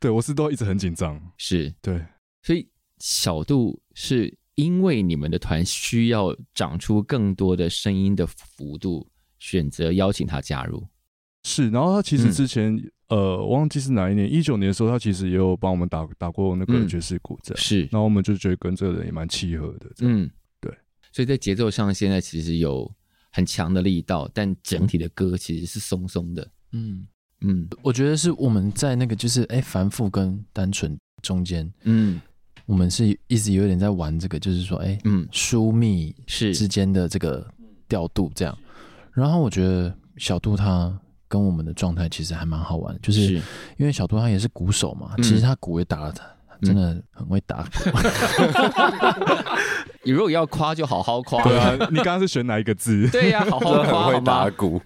对我是都一直很紧张，是，对，所以小度是因为你们的团需要长出更多的声音的幅度，选择邀请他加入。是。然后他其嗯实之前、呃，忘记是哪一年，一九年的时候，他其实也有帮我们打打过那个嗯爵士鼓这样。是，然后我们就觉得跟这个人也蛮契合的，这样、嗯，对。所以在节奏上，现在其实有很强的力道，但整体的歌其实是松松的。嗯，嗯我觉得是我们在那个就是哎、繁复跟单纯中间，嗯我们是一直有点在玩这个，就是说哎、嗯，疏密是之间的这个调度这样。然后我觉得小杜他跟我们的状态其实还蛮好玩，就是是因为小杜他也是鼓手嘛，嗯其实他鼓也打了他。真的很会打鼓，你如果要夸，就好好夸。对啊，你刚刚是选哪一个字？ [LAUGHS] 对呀、好好真的夸很会好打吗？鼓，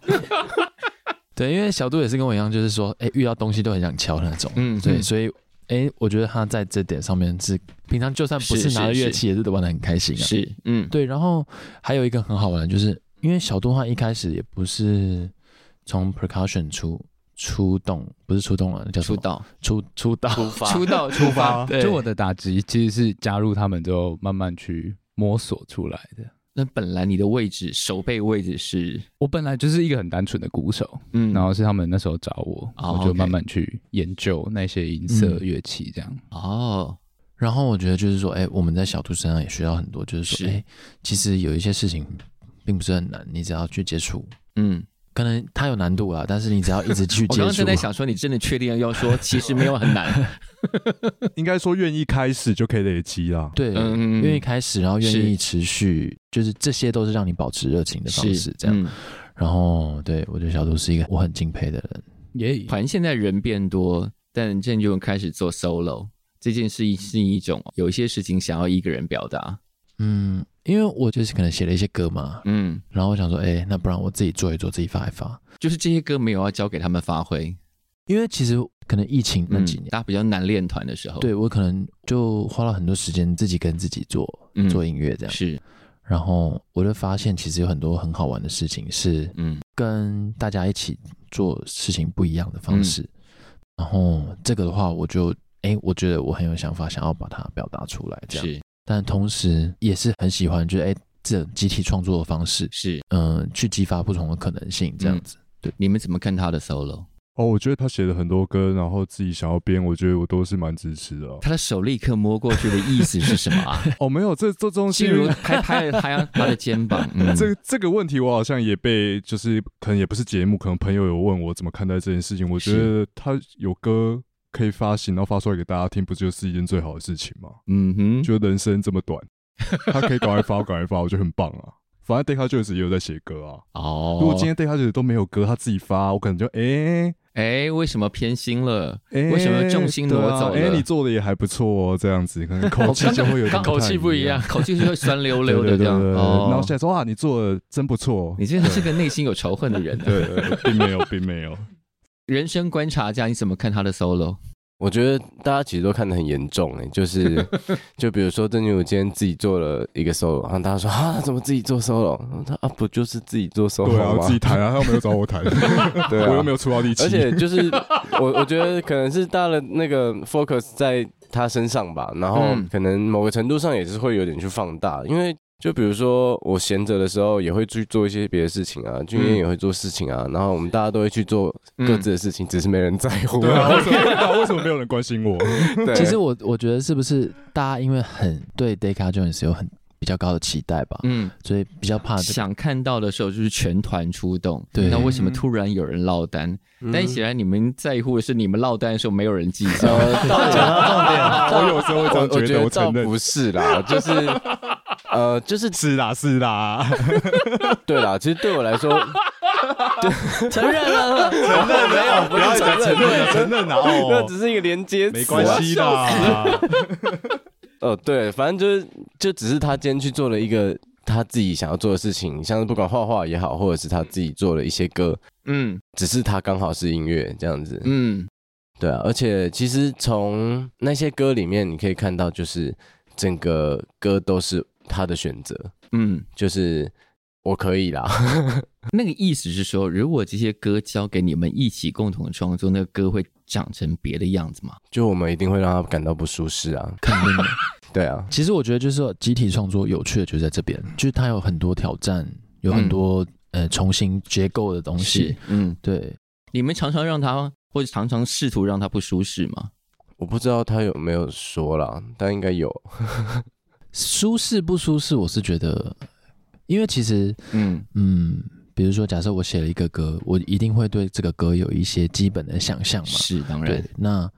对，因为小杜也是跟我一样，就是说，哎、遇到东西都很想敲的那种，嗯，对，嗯所以，哎、我觉得他在这点上面是平常就算不是是是拿着乐器，也是玩的很开心啊。是，嗯，对，然后还有一个很好玩的，就是因为小杜他一开始也不是从 percussion 出出动，不是出动了，叫什出么道，出出道，出道， [LAUGHS] 出发。对，就我的打击其实是加入他们之后慢慢去摸索出来的。那本来你的位置，手背位置是，我本来就是一个很单纯的鼓手，嗯然后是他们那时候找我，哦我就 OK 慢慢去研究那些音色乐器这样。哦，然后我觉得就是说，哎、我们在小杜身上也学到很多，就是说，是哎、其实有一些事情并不是很难，你只要去接触，嗯，可能它有难度啦，但是你只要一直去 [LAUGHS] 我接刚刚触正，在想说，你真的确定要说，其实没有很 [LAUGHS] 难。应该说愿意开始就可以累积啦。对，嗯愿意开始，然后愿意是持续，就是这些都是让你保持热情的方式，这样。嗯然后，对我觉得小杜是一个我很敬佩的人，耶、团现在人变多，但郑就开始做 solo 这件事情是一种有一些事情想要一个人表达。嗯，因为我就是可能写了一些歌嘛，嗯，然后我想说，哎、那不然我自己做一做，自己发一发，就是这些歌没有要交给他们发挥。因为其实可能疫情那嗯几年，大家比较难练团的时候，对我可能就花了很多时间自己跟自己做、嗯做音乐这样，是，然后我就发现其实有很多很好玩的事情是嗯跟大家一起做事情不一样的方嗯式，然后这个的话，我就哎、我觉得我很有想法，想要把它表达出来这样，是但同时也是很喜欢，就是哎、这种集体创作的方式，是，嗯、去激发不同的可能性这样嗯子。你们怎么看他的 solo？哦，我觉得他写了很多歌，然后自己想要编，我觉得我都是蛮支持的啊、他的手立刻摸过去的意思是什么啊？哦，没有，这这 [LAUGHS] 东西静，茹拍拍了他他的肩膀，嗯， [LAUGHS] 这这个问题我好像也被，就是可能也不是节目，可能朋友有问我怎么看待这件事情。我觉得他有歌可以发行，然后发出来给大家听，不就是一件最好的事情吗？嗯哼，觉得人生这么短，他可以赶快发，赶快发，我觉得很棒啊。反正 Deca Joyce 也有在写歌啊。哦，如果今天 Deca Joyce 都没有歌，他自己发，我可能就哎。哎，为什么偏心了？哎为什么重心挪走了对啊哎、你做的也还不错哦，这样子，可能 [LAUGHS] 口气 [LAUGHS] 就会有点口气不不一一样样，，口气是会酸溜对溜对的 [LAUGHS] 对这样。对对对哦，然后现在说啊哇，你做的真不错，你真的是个内心有仇恨的人、啊。 [LAUGHS] 对对对并没有，并没有。人生观察家，你怎么看他的 solo？我觉得大家其实都看得很严重哎、就是 [LAUGHS] 就比如说郑俊儒今天自己做了一个 solo，然后大家说啊怎么自己做 solo？他啊不就是自己做 solo 对啊，吗？我自己弹啊，他又没有找我弹，哦对啊我又没有出到力气。而且就是我我觉得可能是大家的那个 focus 在他身上吧，然后嗯可能某个程度上也是会有点去放大，因为就比如说我闲着的时候也会去做一些别的事情啊，嗯俊彦也会做事情啊，然后我们大家都会去做各自的事情，只是没人在乎。对啊，为什么对啊为什么没有人关心我？ [LAUGHS] 对其实我我觉得是不是大家因为很对 Deca Jones 有很比较高的期待吧，嗯，所以比较啊怕这个。想看到的时候就是全团出动。对那为什么突然有人落单？嗯但显然你们在乎的是你们落单的时候没有人计较。呃，到底我 [LAUGHS] 有时候会这样我觉觉我倒承认不是啦， [LAUGHS] 就是呃，就是是啦是啦，对啦，其实对我 [LAUGHS] 来说，承认 [LAUGHS] 了，承认没有，不不要是再承承认，认了 [LAUGHS] 承认了 [LAUGHS] 那哦，只是一个连接词啊，没关系啦，哦，对，反正就是就只是他今天去做了一个他自己想要做的事情，像是不管画画也好，或者是他自己做了一些歌，嗯只是他刚好是音乐这样子。嗯对啊，而且其实从那些歌里面你可以看到，就是整个歌都是他的选择，嗯，就是我可以啦， [LAUGHS] 那个意思是说，如果这些歌交给你们一起共同创作，那个歌会长成别的样子吗？就我们一定会让他感到不舒适啊。肯定的，对啊，其实我觉得就是说集体创作有趣的就在这边，就是它有很多挑战，有很多、呃重新结构的东西。，嗯，对，你们常常让他，或者常常试图让他不舒适吗？我不知道他有没有说啦，但应该有。舒适不舒适，我是觉得，因为其实嗯嗯，比如说假设我写了一个歌，我一定会对这个歌有一些基本的想象嘛。是当对然，，那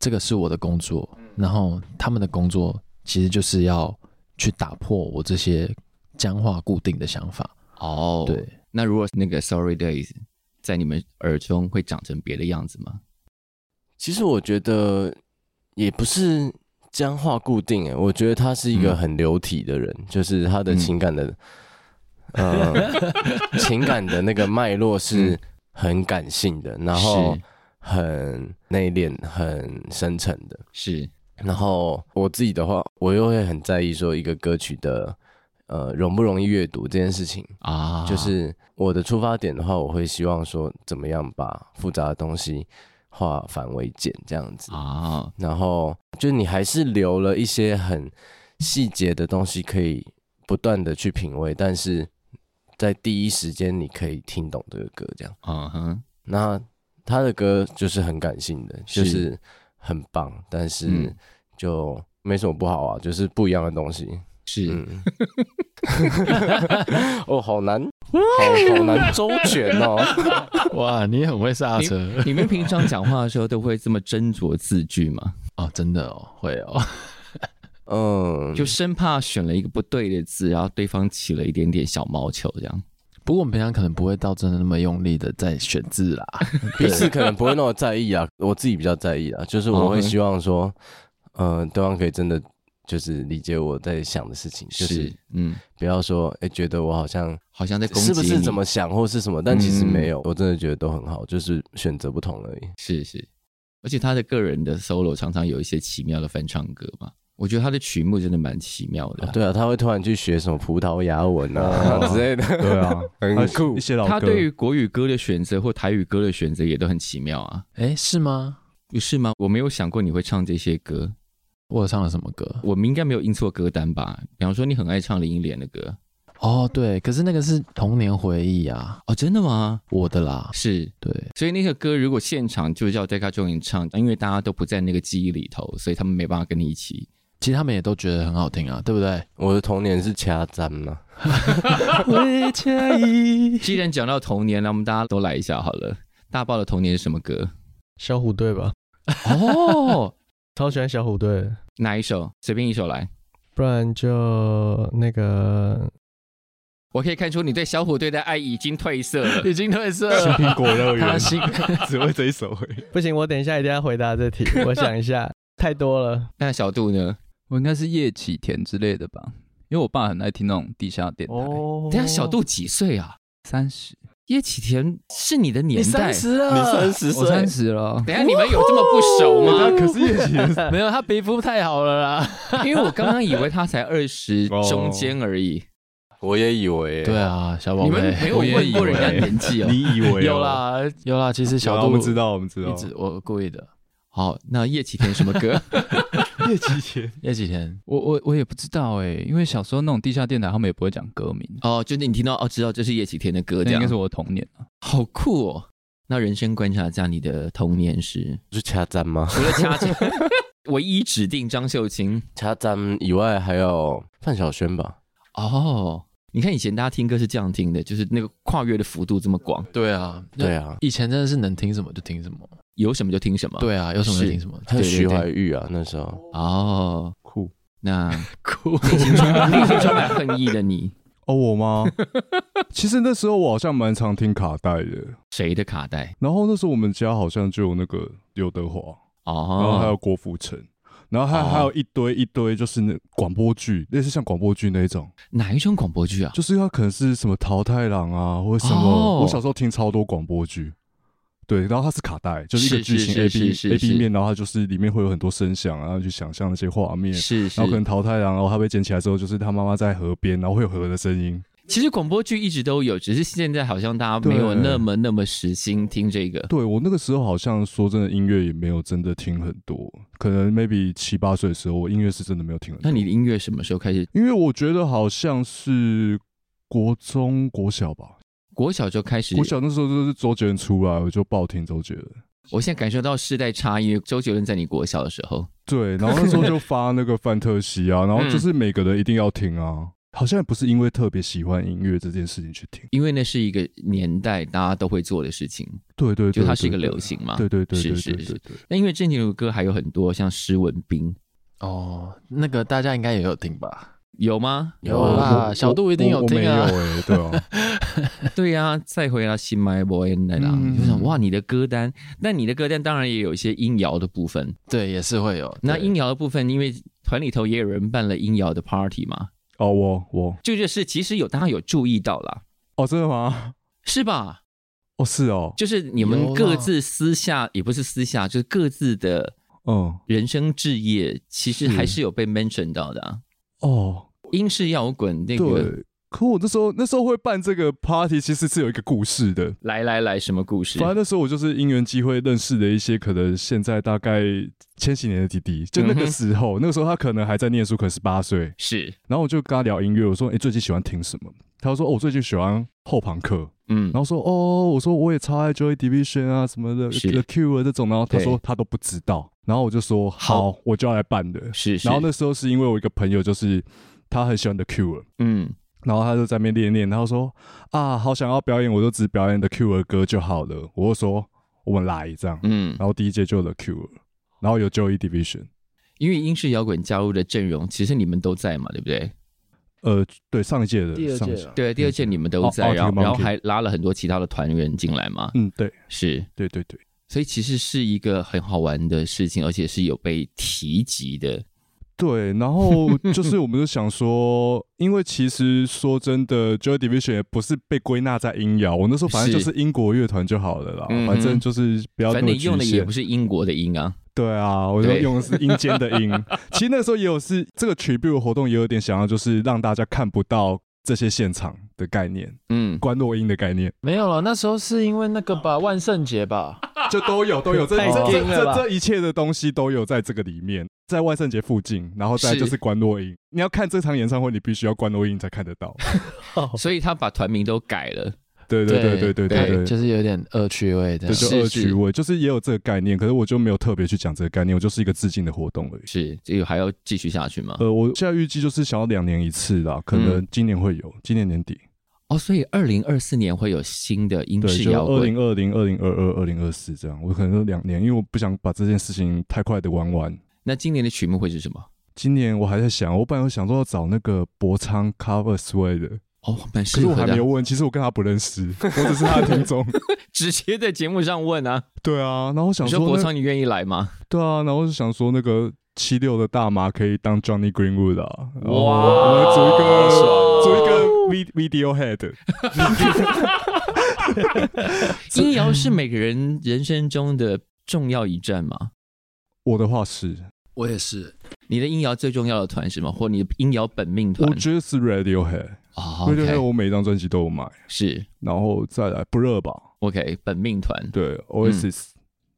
这个是我的工作，然后他们的工作其实就是要去打破我这些僵化固定的想法。哦，对，那如果那个 Sorry Days 在你们耳中会长成别的样子吗？其实我觉得也不是僵化固定诶，我觉得他是一个嗯很流体的人，就是他的情感的，呃，情感的那个脉络是很感性的，然后很内敛、很深沉的。是是然后我自己的话，我又会很在意说一个歌曲的。呃，容不容易阅读这件事情，啊，就是我的出发点的话，我会希望说怎么样把复杂的东西化繁为简这样子。啊，然后就你还是留了一些很细节的东西，可以不断的去品味，但是在第一时间你可以听懂这个歌，这样。嗯哼，那他的歌就是很感性的，是就是很棒，但是嗯就没什么不好啊，就是不一样的东西。是。嗯， [LAUGHS] 哦，好难，好好难周全 [LAUGHS] 哦。哇，你很会啊刹车你们平常讲话的时候都会这么斟酌字句吗？哦，真的哦，会哦。 [LAUGHS] 嗯，就生怕选了一个不对的字，然后对方起了一点点小毛球，这样不过我们平常可能不会到真的那么用力的在选字啦。彼此可能不会那么在意啊，我自己比较在意啊，就是我会希望说，嗯呃，对方可以真的就是理解我在想的事情，就是嗯，不要说哎、诶觉得我好像好像在攻击是不是你嗯怎么想或是什么，但其实没有，我真的觉得都很好，就是选择不同而已。是是，而且他的个人的 solo 常常有一些奇妙的翻唱歌嘛，我觉得他的曲目真的蛮奇妙的、啊对啊，他会突然去学什么葡萄牙文啊 [LAUGHS] 之类的，对啊，很酷一。些老他歌，对于国语歌的选择或台语歌的选择也都很奇妙啊，哎，是吗？不是吗？我没有想过你会唱这些歌，我有唱了什么歌？我们应该没有印错歌单吧？比方说你很爱唱林忆莲的歌哦，对，可是那个是童年回忆啊，哦，真的吗？我的啦。是，对，所以那个歌如果现场就叫 Decca j o n 唱，因为大家都不在那个记忆里头，所以他们没办法跟你一 [LAUGHS] 起。其实他们也都觉得很好听啊，对 [LAUGHS] 不对？我的童年是掐簪嘛，既然讲到童年，那我们大家都来一下好了。大爆的童年是什么歌？小虎队吧，哦，超喜欢小虎队的，哪一首？随便一首来。不然就那个我可以看出你对小虎队的爱已经褪色 [LAUGHS] 了。已经褪色新了。苹果乐园他，心 [LAUGHS] 只会这一首而已。不行，我等一下一定要回答 [LAUGHS] 这题，我想一下，太多了。那小杜呢？ [LAUGHS] 我应该是叶启田之类的吧，因为我爸很爱听那种地下电台。哦等一下小杜几岁啊？三十，叶启田是你的年代。你三十我哦岁，三十了，等一下你们有这么不熟那吗？可是叶启田， [LAUGHS] 没有，他皮肤太好了啦。 [LAUGHS] 因为我刚刚以为他才二十哦中间而已。我也以为，对，啊，小宝你贝，们没有 [LAUGHS] 我也问过以人为家年 [LAUGHS] 纪哦。你以为哦有？啦有啦，其实有小啦杜我们知，道，我们知道一。直我故意的。好，那叶启田什么歌？叶启田，那几天我我我也不知道哎、因为小时候那种地下电台，他们也不会讲歌名，哦，就是你听到哦，知道这是叶启田的歌，那这应该样是我的童年啊。好酷哦。那人生观察家，你的童年是就掐簪吗？ [LAUGHS] [LAUGHS] 除了掐指，唯一指定张秀清他咱们以外还有范晓萱吧？哦。你看以前大家听歌是这样听的，就是那个跨越的幅度这么广，对啊，对，啊，以前真的是能听什么就听什么，有什么就听什么。对啊，有什么就是听什么，还有对对徐对怀钰啊，那时候哦，酷那酷，内心充满内心充满恨意的你，哦，我 [LAUGHS] 吗？其实那时候我好像蛮常听卡带的，谁的卡带？然后那时候我们家好像就有那个刘德华，然后还哦有郭富城，然后还、哦还有一堆一堆就是那广播剧，类似像广播剧那一种，哪一种广播剧啊？就是他可能是什么桃太郎啊，或者什么。哦我小时候听超多广播剧，对，然后它是卡带，就是一个是剧情是 A 是 B 是 A 是 B 面，然后它就是里面会有很多声响，然后去想象那些画面。是是然后可能桃太郎，然后他被捡起来之后，就是他妈妈在河边，然后会有河的声音。其实广播剧一直都有，只是现在好像大家对没有那么那么实心听这个。对我那个时候好像说真的，音乐也没有真的听很多，可能 maybe 七八岁的时候，我音乐是真的没有听很多。那你的音乐什么时候开始？因为我觉得好像是国中、国小吧，国小就开始国。小那时候就是周杰伦出来，我就爆听周杰伦。我现在感受到世代差异。周杰伦在你国小的时候，对，然后那时候就发那个范特西啊，然后嗯就是每个人一定要听啊，好像也不是因为特别喜欢音乐这件事情去听。因为那是一个年代大家都会做的事情，对对对，就它是一个对流。行嘛。对对对对是对是对对。那因为郑洁如的歌还有很多，像施文斌哦，那个大家应该也有听吧？有 [LAUGHS] 吗？有我啊，啦我小度一定有我我听啊没有哎，对啊，对呀、再回到新 My Boy 那啦，嗯你就想哇，你的歌单，那你的歌单当然也有一些音摇的部分。对，也是会有。那对音摇的部分，因为团里头也有人办了音摇的 party 嘛，哦，我我这就是其实有大家有注意到啦，哦，真的吗？是吧？哦，是哦，就是你有们啦各自私下也不是私下，就是各自的嗯，人生置业，其实是还是有被 mention 到的、啊。哦，英式摇滚那个对。可我那时候那时候会办这个 party，其实是有一个故事的。来来来什么故事反？正那时候我就是因缘机会认识的一些可能现在大概千禧年的弟弟，就嗯那个哼时候，那个时候他可能还在念书，可能十八岁。是，然后我就跟他聊音乐，我说：“哎、最近喜欢听什么？”他就说：“哦，我最近喜欢后朋克。”嗯然，后说：“哦，我说我也超爱 Joy Division 啊什么的是，The Cure 啊这种。”然后他对说他都不知道。然后我就说：“好，我就要来办的。是”是。然后那时候是因为我一个朋友，就是他很喜欢 The Cure，嗯，然后他就在那边练练，然后说啊，好想要表演，我就只表演的 Q 的歌就好了。我就说我们来这样，嗯，然后第一届就有 Q，然后有 Joy Division，因为英式摇滚加入的阵容，其实你们都在嘛，对不对？呃，对上一届的第二上届一届了，对，第二届你们都在，哦哦然这个后然后 Monkey 还拉了很多其他的团员进来嘛，嗯，对是，对对对所以其实是一个很好玩的事情，而且是有被提及的，对。然后就是我们就想说，因为其实说真的，Joy Division 也不是被归纳在音摇，我那时候反正就是是英国乐团就好了啦，嗯哼反正就是不要反那正么你用局的也限不。是英国的音啊，对啊，我就对用的是阴间 [LAUGHS] 的阴。其实那时候也有是这个 tribute 活动，也有点想要就是让大家看不到这些现场的概念，嗯，关落音的概念，没有了。那时候是因为那个吧，万圣节吧，就都 [LAUGHS] 有都有这太这这硬了这吧这一切的东西都有在这个里面，在万圣节附近，然后再来就是是关落音。你要看这场演唱会，你必须要关落音才看得 [LAUGHS] 到。哦所以他把团名都改了，对对对对对对对。就是有点恶趣味这对，样。就是恶是趣味，就是也有这个概念，可是我就没有特别去讲这个概念，我就是一个致敬的活动而已。是，这个还要继续下去吗？呃，我现在预计就是想要两年一次啦，可嗯能今年会有，今年年底。哦，所以二零二四年会有新的英对，式就摇二滚零，二零、二零二二、二零二四这样，我可能就两年，因为我不想把这件事情太快的玩完。那今年的曲目会是什么？今年我还在想，我本来有想说要找那个博昌 Cover Sway 的，哦，蛮可适是我合还没有的，问，其实我跟他不认识，我只是他的听 [LAUGHS] 众。直接在节目上问啊，对啊，然后我想你说说国那昌你愿意来吗？对啊，然后我就想说那个七六的大妈可以当 Johnny Greenwood 啊，然后哇我们组一爽哦个组一个 V Video Head，音摇是每个人人生中的重要一站吗？我的话是，我也是，你的音摇最重要的团是吗？或你的音摇本命团我？觉得是 Radiohead，Radiohead 哦，OK，我每张专辑都有买，是然后再来不热吧。 OK，本命团。对，Oasis，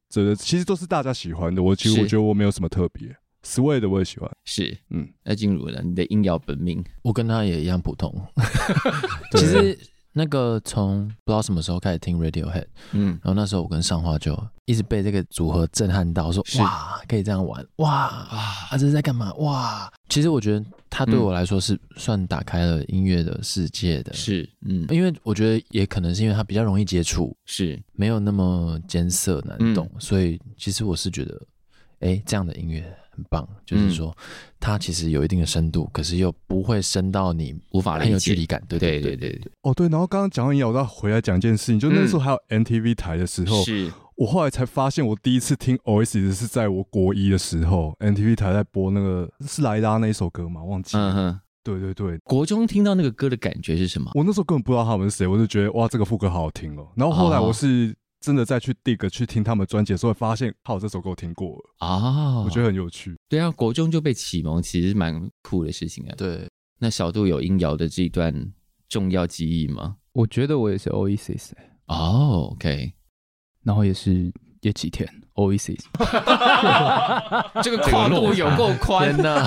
这、个其实都是大家喜欢的。我其是实我觉得我没有什么特别，Sway 的我也喜欢。是，嗯嗯，那进入了你的音摇本命， [LAUGHS] 我跟他也一样普通。对其实那个从不知道什么时候开始听 Radiohead，嗯，然后那时候我跟上花就一直被这个组合震撼到，说是哇可以这样玩，哇啊这是在干嘛？哇！其实我觉得它嗯对我来说是算打开了音乐的世界的，是，嗯，因为我觉得也可能是因为它比较容易接触，是，没有那么艰涩嗯难懂，所以其实我是觉得，哎，这样的音乐很棒，嗯就是说、它其实有一定的深度，可是又不会深到你无法很理有距解。离感，对对对对对，哦，对，然后刚刚讲完摇，我再回来讲一件事情，就那时候还有 MTV 台的时候，嗯是，我后来才发现，我第一次听 Oasis 是在我国一的时候，MTV 台在播那个是莱拉那一首歌嘛，忘记了。嗯哼。对对对，国中听到那个歌的感觉是什么？我那时候根本不知道他们是谁，我就觉得哇，这个副歌好好听哦。然后后来我是真的再去 dig 去听他们专辑的时候，发现靠这首歌我听过了，啊，我觉得很有趣。对啊，国中就被启蒙，其实蛮酷的事情啊。对，那小度有音摇的这一段重要记忆吗？我觉得我也是 Oasis，欸哦，OK，然后也是也几天 Oasis，这个跨度有够宽天，哪！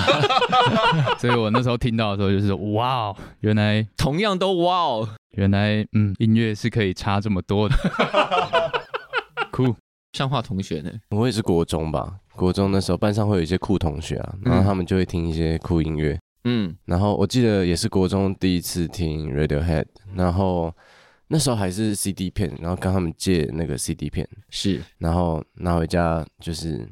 所以我那时候听到的时候就是哇，哦原来同样都哇哦。原来嗯，音乐是可以差这么多的，酷。上化同学呢？我也是国中吧，国中那时候班上会有一些酷同学啊，然后他们就会听一些酷音乐。嗯然后我记得也是国中第一次听 Radiohead，然后那时候还是 CD 片，然后跟他们借那个 CD 片，是，然后拿回家就是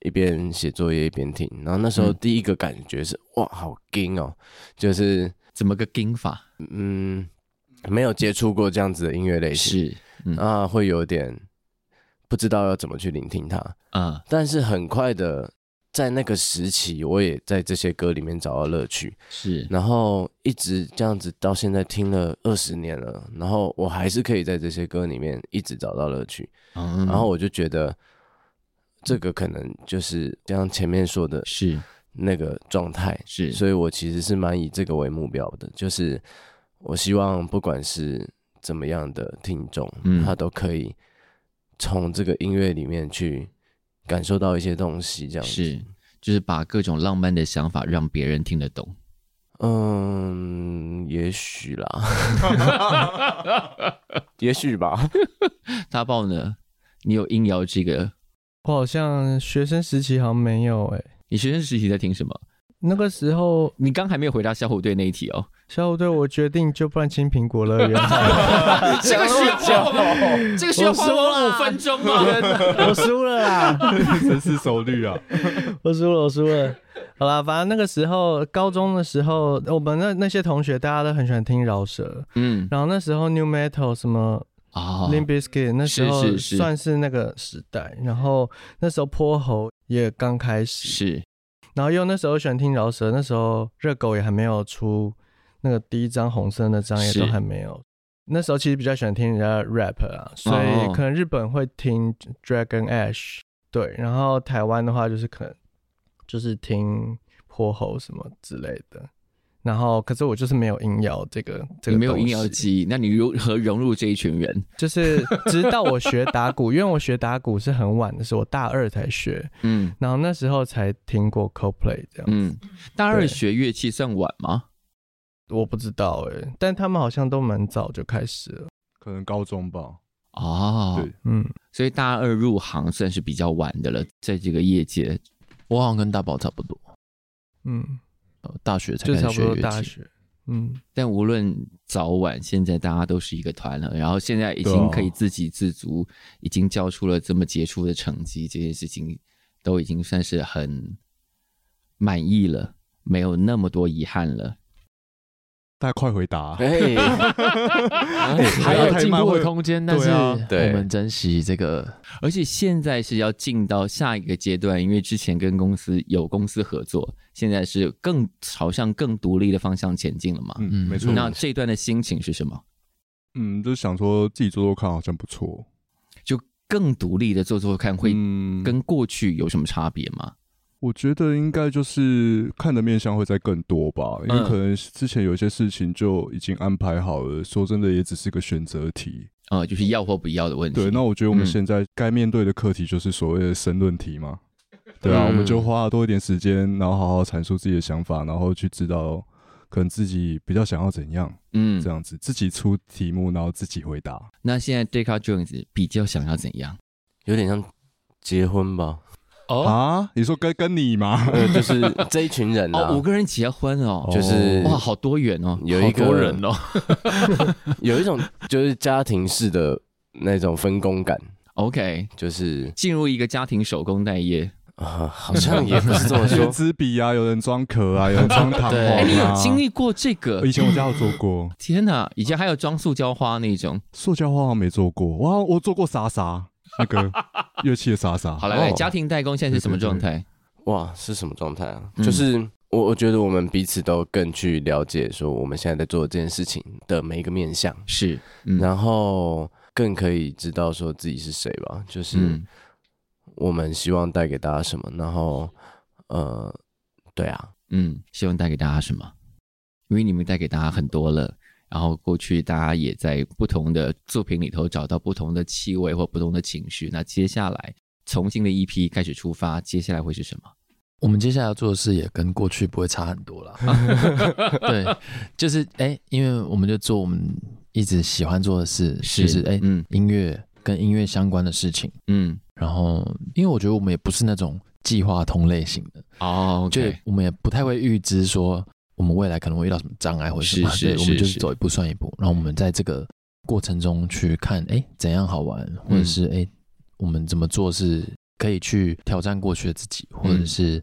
一边写作业一边听。然后那时候嗯第一个感觉是、哇，好惊哦，就是怎么个盯法？嗯，没有接触过这样子的音乐类型，是嗯啊，会有点不知道要怎么去聆听它。啊，但是很快的，在那个时期，我也在这些歌里面找到乐趣，是然后一直这样子到现在听了二十年了，然后我还是可以在这些歌里面一直找到乐趣，嗯然后我就觉得这个可能就是像前面说的是那个状态，是所以我其实是蛮以这个为目标的，就是我希望不管是怎么样的听众，嗯他都可以从这个音乐里面去感受到一些东西，这样子。是，就是把各种浪漫的想法让别人听得懂。嗯，也许啦，也许吧。大爆呢？你有音摇这个？我好像学生时期好像没有哎、你学生时期在听什么？那个时候你刚还没有回答小虎队那一题哦。小虎队，我决定就不然青苹果乐园。 [LAUGHS] 这个需要花，这个需要花我五分钟吗？我输了 [LAUGHS] 啦，深思熟虑啊， [LAUGHS] 我输了，我输了。好啦，反正那个时候高中的时候，我们那那些同学大家都很喜欢听饶舌，嗯然后那时候 New Metal 什么哦啊 l i m b i s k i t 那时候是是是算是那个时代，然后那时候泼猴也刚开始，是然后又那时候喜欢听饶舌，那时候热狗也还没有出那个第一张红色那张也是都还没有。那时候其实比较喜欢听人家 rap 哦啊，所以可能日本会听 Dragon Ash，对，然后台湾的话就是可能就是听泼猴什么之类的，然后可是我就是没有音摇这个这你个没有东音摇西机，那你如何融入这一群人？ [LAUGHS] 就是直到我学打鼓，因为我学打鼓是很晚的时候，我大二才学，嗯然后那时候才听过 Coldplay 这样。嗯，大二对学乐器算晚吗？我不知道哎、但他们好像都蛮早就开始了。可能高中吧。哦对，嗯，所以大二入行算是比较晚的了，在这个业界。我好像跟大宝差不多，嗯，呃大学才就开差不始学多乐大器。学。嗯，但无论早晚，现在大家都是一个团了，然后现在已对经啊可以自给自足，已经交出了这么杰出的成绩，这件事情都已经算是很满意了，没有那么多遗憾了。大家快回答啊、哎、还有进步的空间，太慢但会是对啊我们珍惜这个而且现在是要进到下一个阶段，因为之前跟公司有公司合作，现在是更朝向更独立的方向前进了嘛。嗯，没错。那这段的心情是什么？嗯，就想说自己做做看，好像不错。就更独立的做做看，会嗯跟过去有什么差别吗？我觉得应该就是看的面相会再更多吧，因为嗯可能之前有些事情就已经安排好了。说真的，也只是个选择题。呃，就是要或不要的问题。对，那我觉得我们嗯现在该面对的课题就是所谓的申论题嘛。对啊，嗯我们就花多一点时间，然后好好阐述自己的想法，然后去知道可能自己比较想要怎样嗯这，样子，自己出题目然后自己回答。那现在 Decca Jones 比较想要怎样？有点像结婚吧，哦啊，你说跟跟你吗？呃， [LAUGHS] 就是这一群人啊哦，，五个人结婚哦，就是哇，好多元哦，有一好多个人哦。有一种就是家庭式的那种分工感， OK，就是进入一个家庭手工待业。啊，好像也不是这么 [LAUGHS] 有人说， [LAUGHS] 纸笔啊，有人装壳啊，有人装弹簧对哎，哎你有经啊。历过这个呃以？前我家有做过，天哪，以前还有装塑胶花那种。塑胶花好像没做过，哇，我做过沙沙那个乐器的沙沙。好，来来，哦家庭代工现在是什么状态？哇，是什么状态啊？嗯就是我我觉得我们彼此都更去了解说我们现在在做这件事情的每一个面向，是，嗯然后更可以知道说自己是谁吧，就是嗯我们希望带给大家什么，然后呃，对啊，嗯，希望带给大家什么？因为你们带给大家很多了，然后过去大家也在不同的作品里头找到不同的气味或不同的情绪。那接下来重新的一批开始出发，接下来会是什么？我们接下来要做的事也跟过去不会差很多 [LAUGHS] 啦。 [LAUGHS] 对，就是哎、因为我们就做我们一直喜欢做的事，就是哎、嗯音乐跟音乐相关的事情。嗯，然后，因为我觉得我们也不是那种计划通类型的，哦就，OK，我们也不太会预知说我们未来可能会遇到什么障碍或者什么，是是对是我们就是是走一步算一步。然后我们在这个过程中去看，哎，怎样好玩，或者是哎、诶我们怎么做是可以去挑战过去的自己，或者是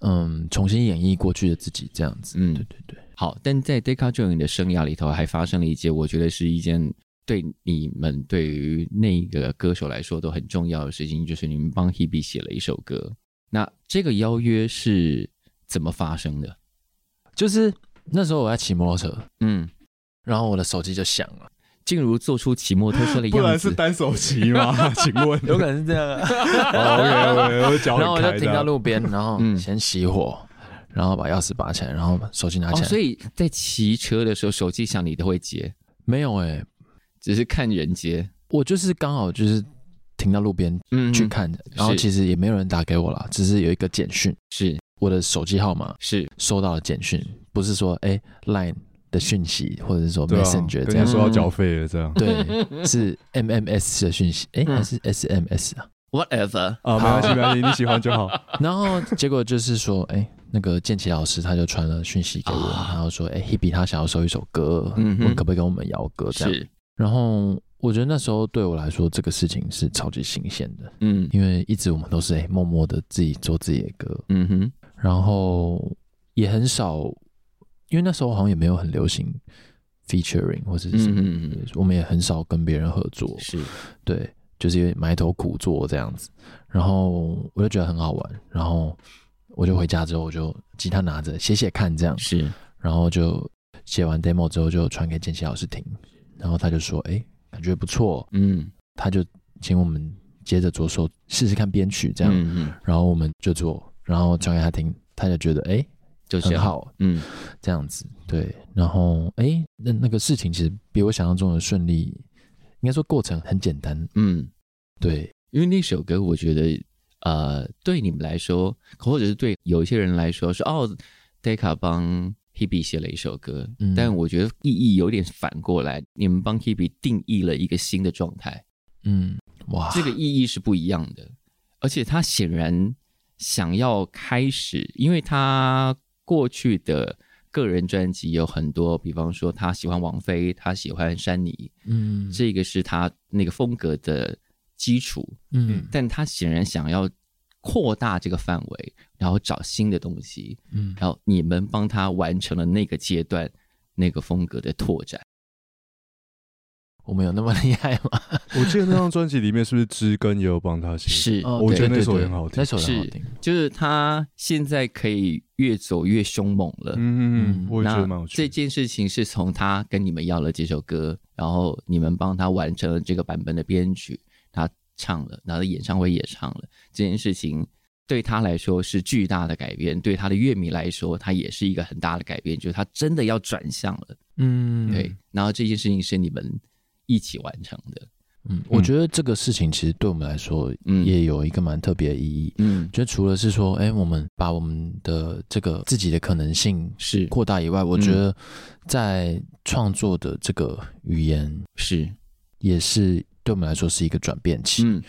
嗯，重新演绎过去的自己，这样子。嗯对对对，好。但在 Deca Join 的生涯里头，还发生了一件我觉得是一件对你们对于那个歌手来说都很重要的事情，就是你们帮 Hebe 写了一首歌。那这个邀约是怎么发生的？就是那时候我在骑摩托车，嗯，然后我的手机就响了，静茹做出骑摩托车的不样然是子，单手骑 [LAUGHS] 吗？请问有可能是这样啊。哦 OK，我脚很 [LAUGHS] 然后我就开停的到路边，然后嗯先熄火，然后把钥匙拔起来，然后把手机拿起哦，来。所以在骑车的时候，手机响你都会接，没有哎、只是看人接。我就是刚好就是停到路边嗯去看的，然后是其实也没有人打给我啦，只是有一个简讯，是我的手机号码是收到了简讯，不是说哎、Line 的讯息或者是说对啊， Messenger 这跟你样，说要缴费了这 [LAUGHS] 样对，是 MMS 的讯息，哎、嗯还是 SMS 啊？ whatever，啊，没关系没关系，你喜欢就好。然后结果就是说，哎、那个建奇老师他就传了讯息给我，啊然后说，哎、h e b e 他想要收一首歌，嗯哼问可不可以跟我们邀歌这样。是然后我觉得那时候对我来说，这个事情是超级新鲜的，嗯因为一直我们都是哎、默默的自己做自己的歌，嗯哼然后也很少，因为那时候好像也没有很流行 featuring 或是什嗯么，嗯嗯我们也很少跟别人合作，是对，就是有点埋头苦做这样子。然后我就觉得很好玩，然后我就回家之后，我就吉他拿着写写看这样，是然后就写完 demo 之后就传给建奇老师听，然后他就说，哎，感觉不错，嗯他就请我们接着着手试试看编曲这这样，嗯嗯然后我们就做，然后传给他听，他就觉得哎。诶就这很样好，嗯这样子，对。然后，哎，那那个事情其实比我想象中的顺利，应该说过程很简单，嗯，对，因为那首歌我觉得呃对你们来说，或者是对有一些人来说是哦，Decca 帮 Hebe 写了一首歌，嗯但我觉得意义有点反过来，你们帮 Hebe 定义了一个新的状态。嗯，哇，这个意义是不一样的。而且他显然想要开始，因为他过去的个人专辑有很多，比方说他喜欢王菲，他喜欢山妮，嗯，这个是他那个风格的基础。嗯但他显然想要扩大这个范围，然后找新的东西，嗯然后你们帮他完成了那个阶段那个风格的拓展。我们有那么厉害 [LAUGHS] 吗？我记得那张专辑里面是不是知根也有帮他写？是，哦我对觉得对那首对也很好听那首很好听，就是他现在可以越走越凶猛了。嗯嗯，嗯我也觉得蛮有那这趣的。件事情是从他跟你们要了这首歌，然后你们帮他完成了这个版本的编曲，他唱了，然后演唱会也唱了。这件事情对他来说是巨大的改变，对他的乐迷来说，他也是一个很大的改变，就是他真的要转向了。嗯对，，然后这件事情是你们一起完成的，嗯，我觉得这个事情其实对我们来说嗯也有一个蛮特别的意义。嗯，觉得除了是说，哎、我们把我们的这个自己的可能性是扩大以外，我嗯觉得在创作的这个语言是，也是对我们来说是一个转变期，嗯，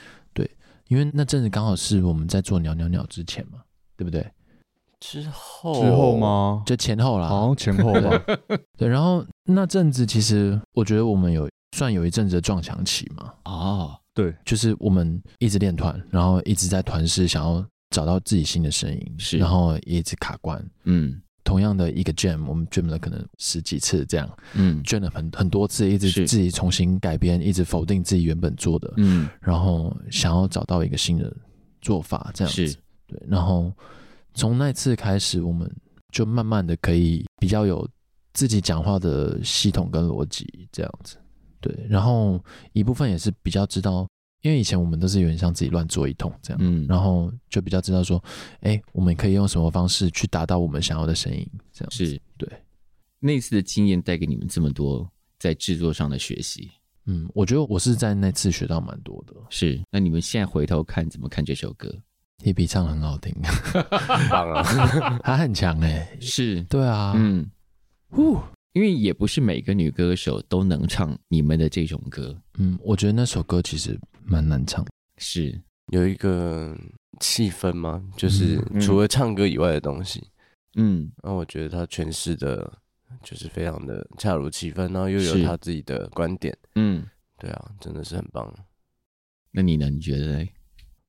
因为那阵子刚好是我们在做鸟鸟鸟之前嘛，对不对？之后之后？吗？就前后啦，哦好像前后吧，对。然后那阵子其实我觉得我们有算有一阵子的撞墙期嘛，哦，对，就是我们一直练团，然后一直在团试想要找到自己新的声音，是然后也一直卡关。嗯同样的一个 jam，我们 jam 了可能十几次这样，嗯 jam 了很很多次，一直是自己重新改编，一直否定自己原本做的，嗯，然后想要找到一个新的做法，这样子是。对，然后从那次开始，我们就慢慢的可以比较有自己讲话的系统跟逻辑这样子。对，然后一部分也是比较知道，因为以前我们都是有点像自己乱做一通这样，嗯，然后就比较知道说，哎，我们可以用什么方式去达到我们想要的声音，这样子是对。那次的经验带给你们这么多在制作上的学习，嗯，我觉得我是在那次学到蛮多的。是。那你们现在回头看怎么看这首歌？也比唱得很好听，棒 [LAUGHS] 啊！他很强哎、是，对啊，嗯，呼，因为也不是每个女歌手都能唱你们的这种歌，嗯，我觉得那首歌其实蛮难唱的，是，有一个气氛吗？就是嗯除了唱歌以外的东西。嗯，那我觉得他诠释的，就是非常的恰如其分，然后又是有他自己的观点。嗯，对啊，真的是很棒。那你呢？你觉得嘞？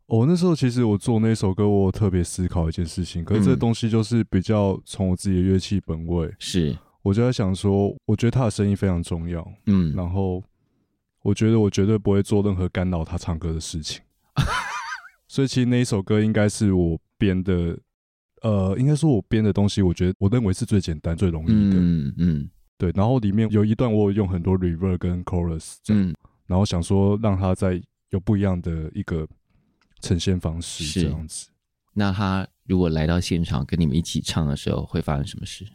我、哦那时候其实我做那首歌，我有特别思考一件事情，可是这嗯东西就是比较从我自己的乐器本位，是，我就在想说，我觉得他的声音非常重要，嗯，然后我觉得我绝对不会做任何干扰他唱歌的事情， [LAUGHS] 所以其实那一首歌应该是我编的，呃，应该说我编的东西，我觉得我认为是最简单、最容易的，嗯嗯对。然后里面有一段我有用很多 reverb 跟 chorus，这样嗯，然后想说让他在有不一样的一个呈现方式是这样子。那他如果来到现场跟你们一起唱的时候，会发生什么事？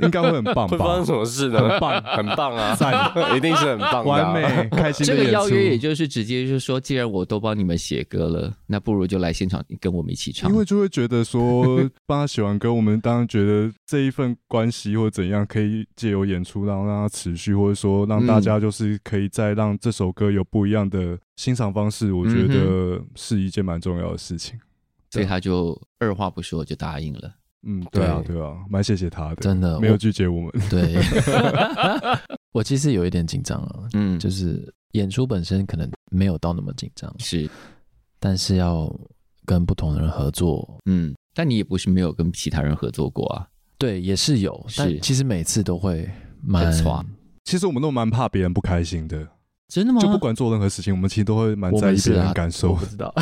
应该会很棒会发吧生？什么事呢？很棒， [LAUGHS] 很棒啊！赞 [LAUGHS] 一定是很棒的啊、完美，开心这的个演邀出。约也就是直接就是说，既然我都帮你们写歌了，那不如就来现场跟我们一起唱因。为就会觉得说，帮他写完歌，我们当然觉得这一份关系或怎样，可以借由演出，然后让它持续，或者说让大嗯家就是可以再让这首歌有不一样的欣赏方式，嗯我觉得是一件蛮重要的事情。所以他就二话不说就答应了。嗯，对啊，对对啊，蛮谢谢他的，真的没有我拒绝我们。 [LAUGHS] 对。 [LAUGHS] 我其实有一点紧张啊，嗯，就是演出本身可能没有到那么紧张，是，但是要跟不同的人合作，嗯，但你也不是没有跟其他人合作过啊。对，也是有，是但其实每次都会蛮很挫其实我们都蛮怕别人不开心的，真的吗？就不管做任何事情，我们其实都会蛮我在们意是别啊人的感受我。不知道，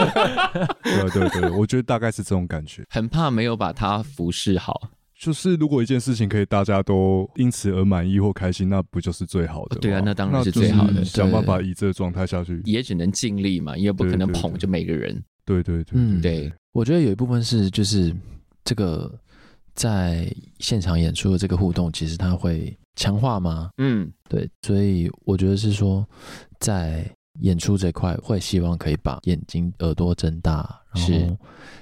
对对对，我觉得大概是这种感觉。很怕没有把它服侍好。就是如果一件事情可以大家都因此而满意或开心，那不就是最好的吗、哦对啊那当然是就是最好的想对办法以这个状态下去。也只能尽力嘛，因为不可能对对对捧着每个人。对对对，嗯，对，我觉得有一部分是就是这个在现场演出的这个互动，其实它会强化吗？嗯，对，所以我觉得是说，在演出这块会希望可以把眼睛、耳朵睁大，然是后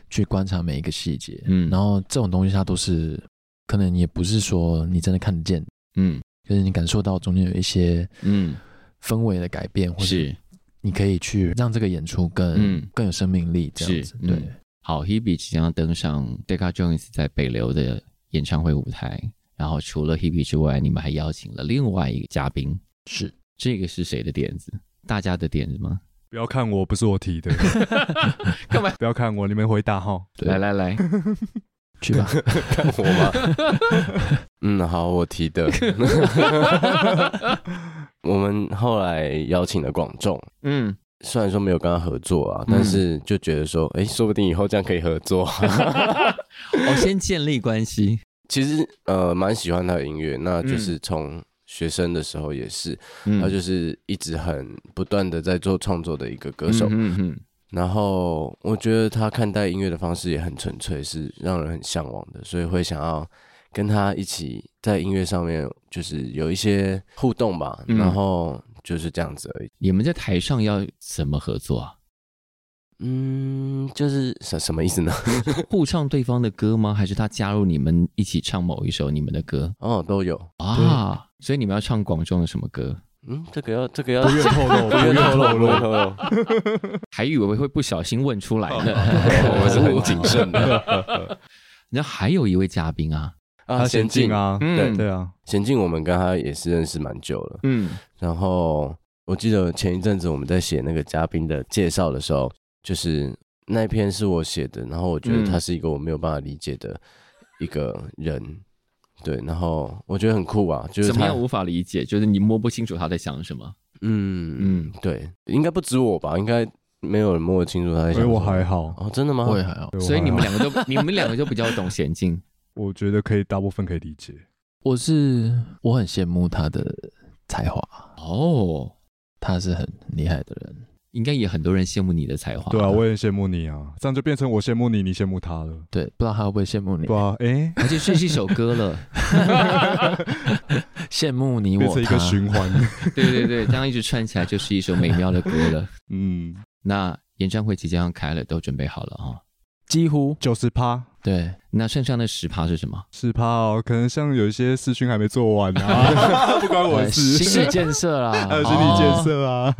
去观察每一个细节。嗯然后这种东西它都是可能也不是说你真的看得见，嗯可是你感受到中间有一些嗯，氛围的改变，或者是你可以去让这个演出更、嗯更有生命力，这样是子。嗯对，好。Hebe 即将登上 Decca Jones 在北流的演唱会舞台，然后除了 Hebe 之外，你们还邀请了另外一个嘉宾，是这个是谁的点子？大家的点子吗？不要看我，不是我提的，干嘛？不要看我，你们回答哈。对来来来，去吧。看我吗？ [LAUGHS] 嗯，好，我提的。 [LAUGHS] 我们后来邀请了广众，嗯，虽然说没有跟他合作啊，嗯但是就觉得说，哎、说不定以后这样可以合作。啊我、哦先建立关系。其实呃，蛮喜欢他的音乐，那就是从学生的时候也是，嗯他就是一直很不断的在做创作的一个歌手。嗯嗯然后我觉得他看待音乐的方式也很纯粹，是让人很向往的，所以会想要跟他一起在音乐上面就是有一些互动吧。嗯然后就是这样子而已。你们在台上要怎么合作啊？嗯，就是什什么意思呢？互唱对方的歌吗？还是他加入你们一起唱某一首你们的歌哦，都有。啊？所以你们要唱广州的什么歌？嗯，这个要这 [LAUGHS] 个要不愿透露，不不愿愿透透露，露，不愿透露。还以为会不小心问出来呢。 [LAUGHS] [LAUGHS] 我是很谨慎的。然后还有一位嘉宾啊，啊他先进，啊，嗯对啊，贤进，我们跟他也是认识蛮久了。嗯，然后我记得前一阵子我们在写那个嘉宾的介绍的时候，就是那一篇是我写的，然后我觉得他是一个我没有办法理解的一个人，对，然后我觉得很酷啊，就是怎么他样，无法理解？就是你摸不清楚他在想什么。嗯嗯嗯，对，应该不止我吧，应该没有人摸得清楚他在所以想什哎么。我还好，哦，真的吗？我也还好。对我所以还你们好两个都，你们两个就比较懂娴 [LAUGHS] 静。我觉得可以，大部分可以理解。我是我很羡慕他的才华，哦，他是很厉害的人。应该也很多人羡慕你的才华。对啊，我也很羡慕你啊，这样就变成我羡慕你，你羡慕他了，对，不知道他会不会羡慕你对？啊，哎，而且这是一首歌了。 [LAUGHS] 羡慕你变我成一个他。循环， [LAUGHS] 对对对，这样一直串起来就是一首美妙的歌了。嗯，那演唱会即将要开了，都准备好了啊、几乎九十趴。对，那剩下的十趴是什么？十趴哦，可能像有一些事情还没做完啊， [LAUGHS] 不关我呃的事。心理建设啊哦 [LAUGHS] 啦，还有心理建设啊，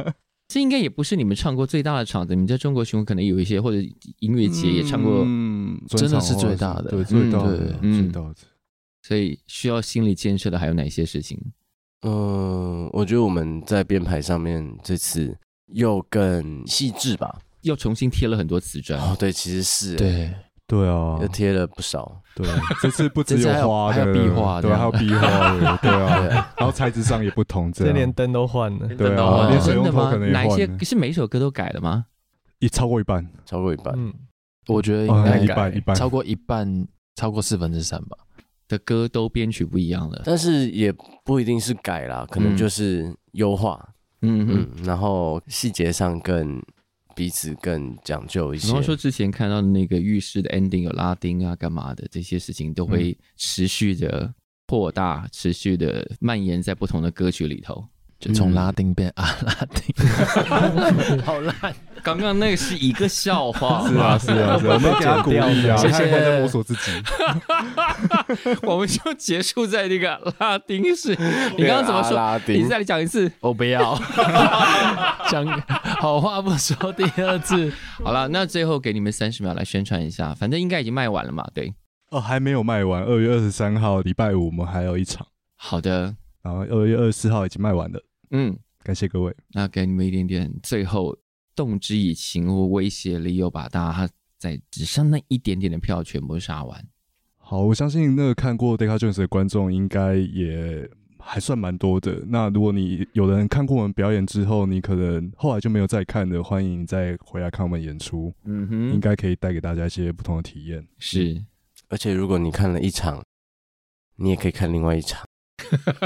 这应该也不是你们唱过最大的场子，你们在中国巡回可能有一些，或者音乐节也唱过，嗯，真的是最大的对，最大嗯的，对最大的。所以需要心理建设的还有哪些事情？嗯、我觉得我们在编排上面这次又更细致吧。要重新贴了很多瓷砖，啊哦，对，其实是，对，对啊又，贴了不少。对，这次不只这次还有花的还有了，壁画对，啊这样还有壁画 [LAUGHS] 的，对啊，对。然后材质上也不同，这这连样灯都换了，对灯啊，哦连水真龙的头吗可能？也哪一换些了，是每首歌都改了吗？一超过一半，超过一半。嗯，我觉得哦应一该半一半超过一半，超过四分之三吧。的歌都编曲不一样了。但是也不一定是改啦，可能嗯就是优化，嗯嗯。嗯，然后细节上更彼此更讲究一比些方。说之前看到的那个浴室的 ending 有拉丁啊，干嘛的这些事情都会持续的扩大，持续的蔓延在不同的歌曲里头。就从嗯拉丁变阿拉丁，好烂。刚刚那个是一个笑 [LAUGHS] 话，是啊，是啊，是啊，我们给他鼓励啊，谢谢他还在摸索自己，我们就结束在那个拉丁式。你刚刚怎么那个说？啊阿拉你丁再来讲一次。啊我 [LAUGHS] 不要，讲好话不说第二次。好了，那最后给你们三十秒来宣传一下，反正应该已经卖完了嘛。对，哦，还没有卖完，二月二十三号礼拜五我们还有一场，好的，然后二月二十四号已经卖完了，嗯，感谢各位。那给你们一点点最后动之以情或威胁利诱，把大家在只剩那一点点的票全部杀完。好，我相信那个看过《Deca Jones》的观众应该也还算蛮多的。那如果你有人看过我们表演之后，你可能后来就没有再看的，欢迎你再回来看我们演出，嗯应哼，该可以带给大家一些不同的体 [LAUGHS] 验。是而且如果你看了一场，你也可以看另外一 [LAUGHS] 场，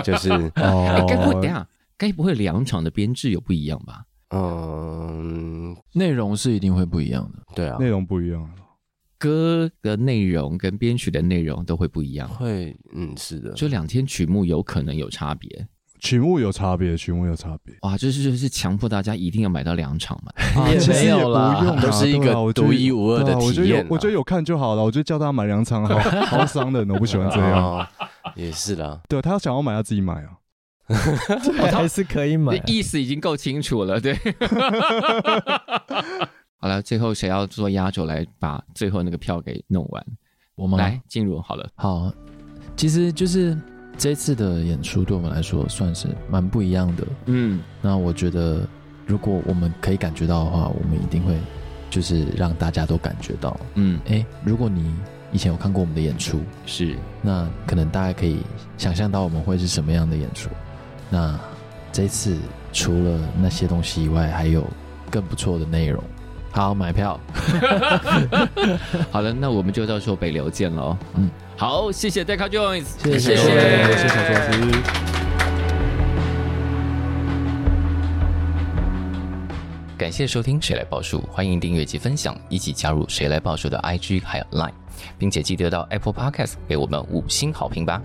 就是哎，该不会等一哦，下该不会两场的编制有不一样吧？嗯，内容是一定会不一样的，对啊哦内，容不一样，歌的内容跟编曲的内容都会不一样，会，嗯，是的，就两天曲目有可能有差别。曲目有差别，曲目有差别。哇，这是就是强迫大家一定要买到两场嘛？啊 [LAUGHS] 其实没也不有用啦，啊都是一对啊个我觉得独一无二对的啊我觉体得有验啊。我觉得有看就好了，我觉得叫大家买两场， [LAUGHS] 好好伤人哦，我不喜欢这样。哦，也是啦，对他想要买，他自己买啊。还是可以买啊。意思已经够清楚了， [LAUGHS] 对。好了，最后谁要做压轴来把最后那个票给弄完？我们啊来，进入好了。好，其实就是这次的演出对我们来说算是蛮不一样的。嗯，那我觉得，如果我们可以感觉到的话，我们一定会就是让大家都感觉到。嗯，诶，如果你以前有看过我们的演出，是那可能大家可以想象到我们会是什么样的演出。那这次除了那些东西以外，还有更不错的内容。好，买 [LAUGHS] 票，好了，那我们就到时候北流见喽。嗯嗯，好，谢谢 Deca Jones，谢谢谢各位谢谢小周老师。感谢收听《谁来报数》，欢迎订阅及分享，一起加入《谁来报数》的 IG 还有 Line，并且记得到 Apple Podcast 给我们五星好评吧。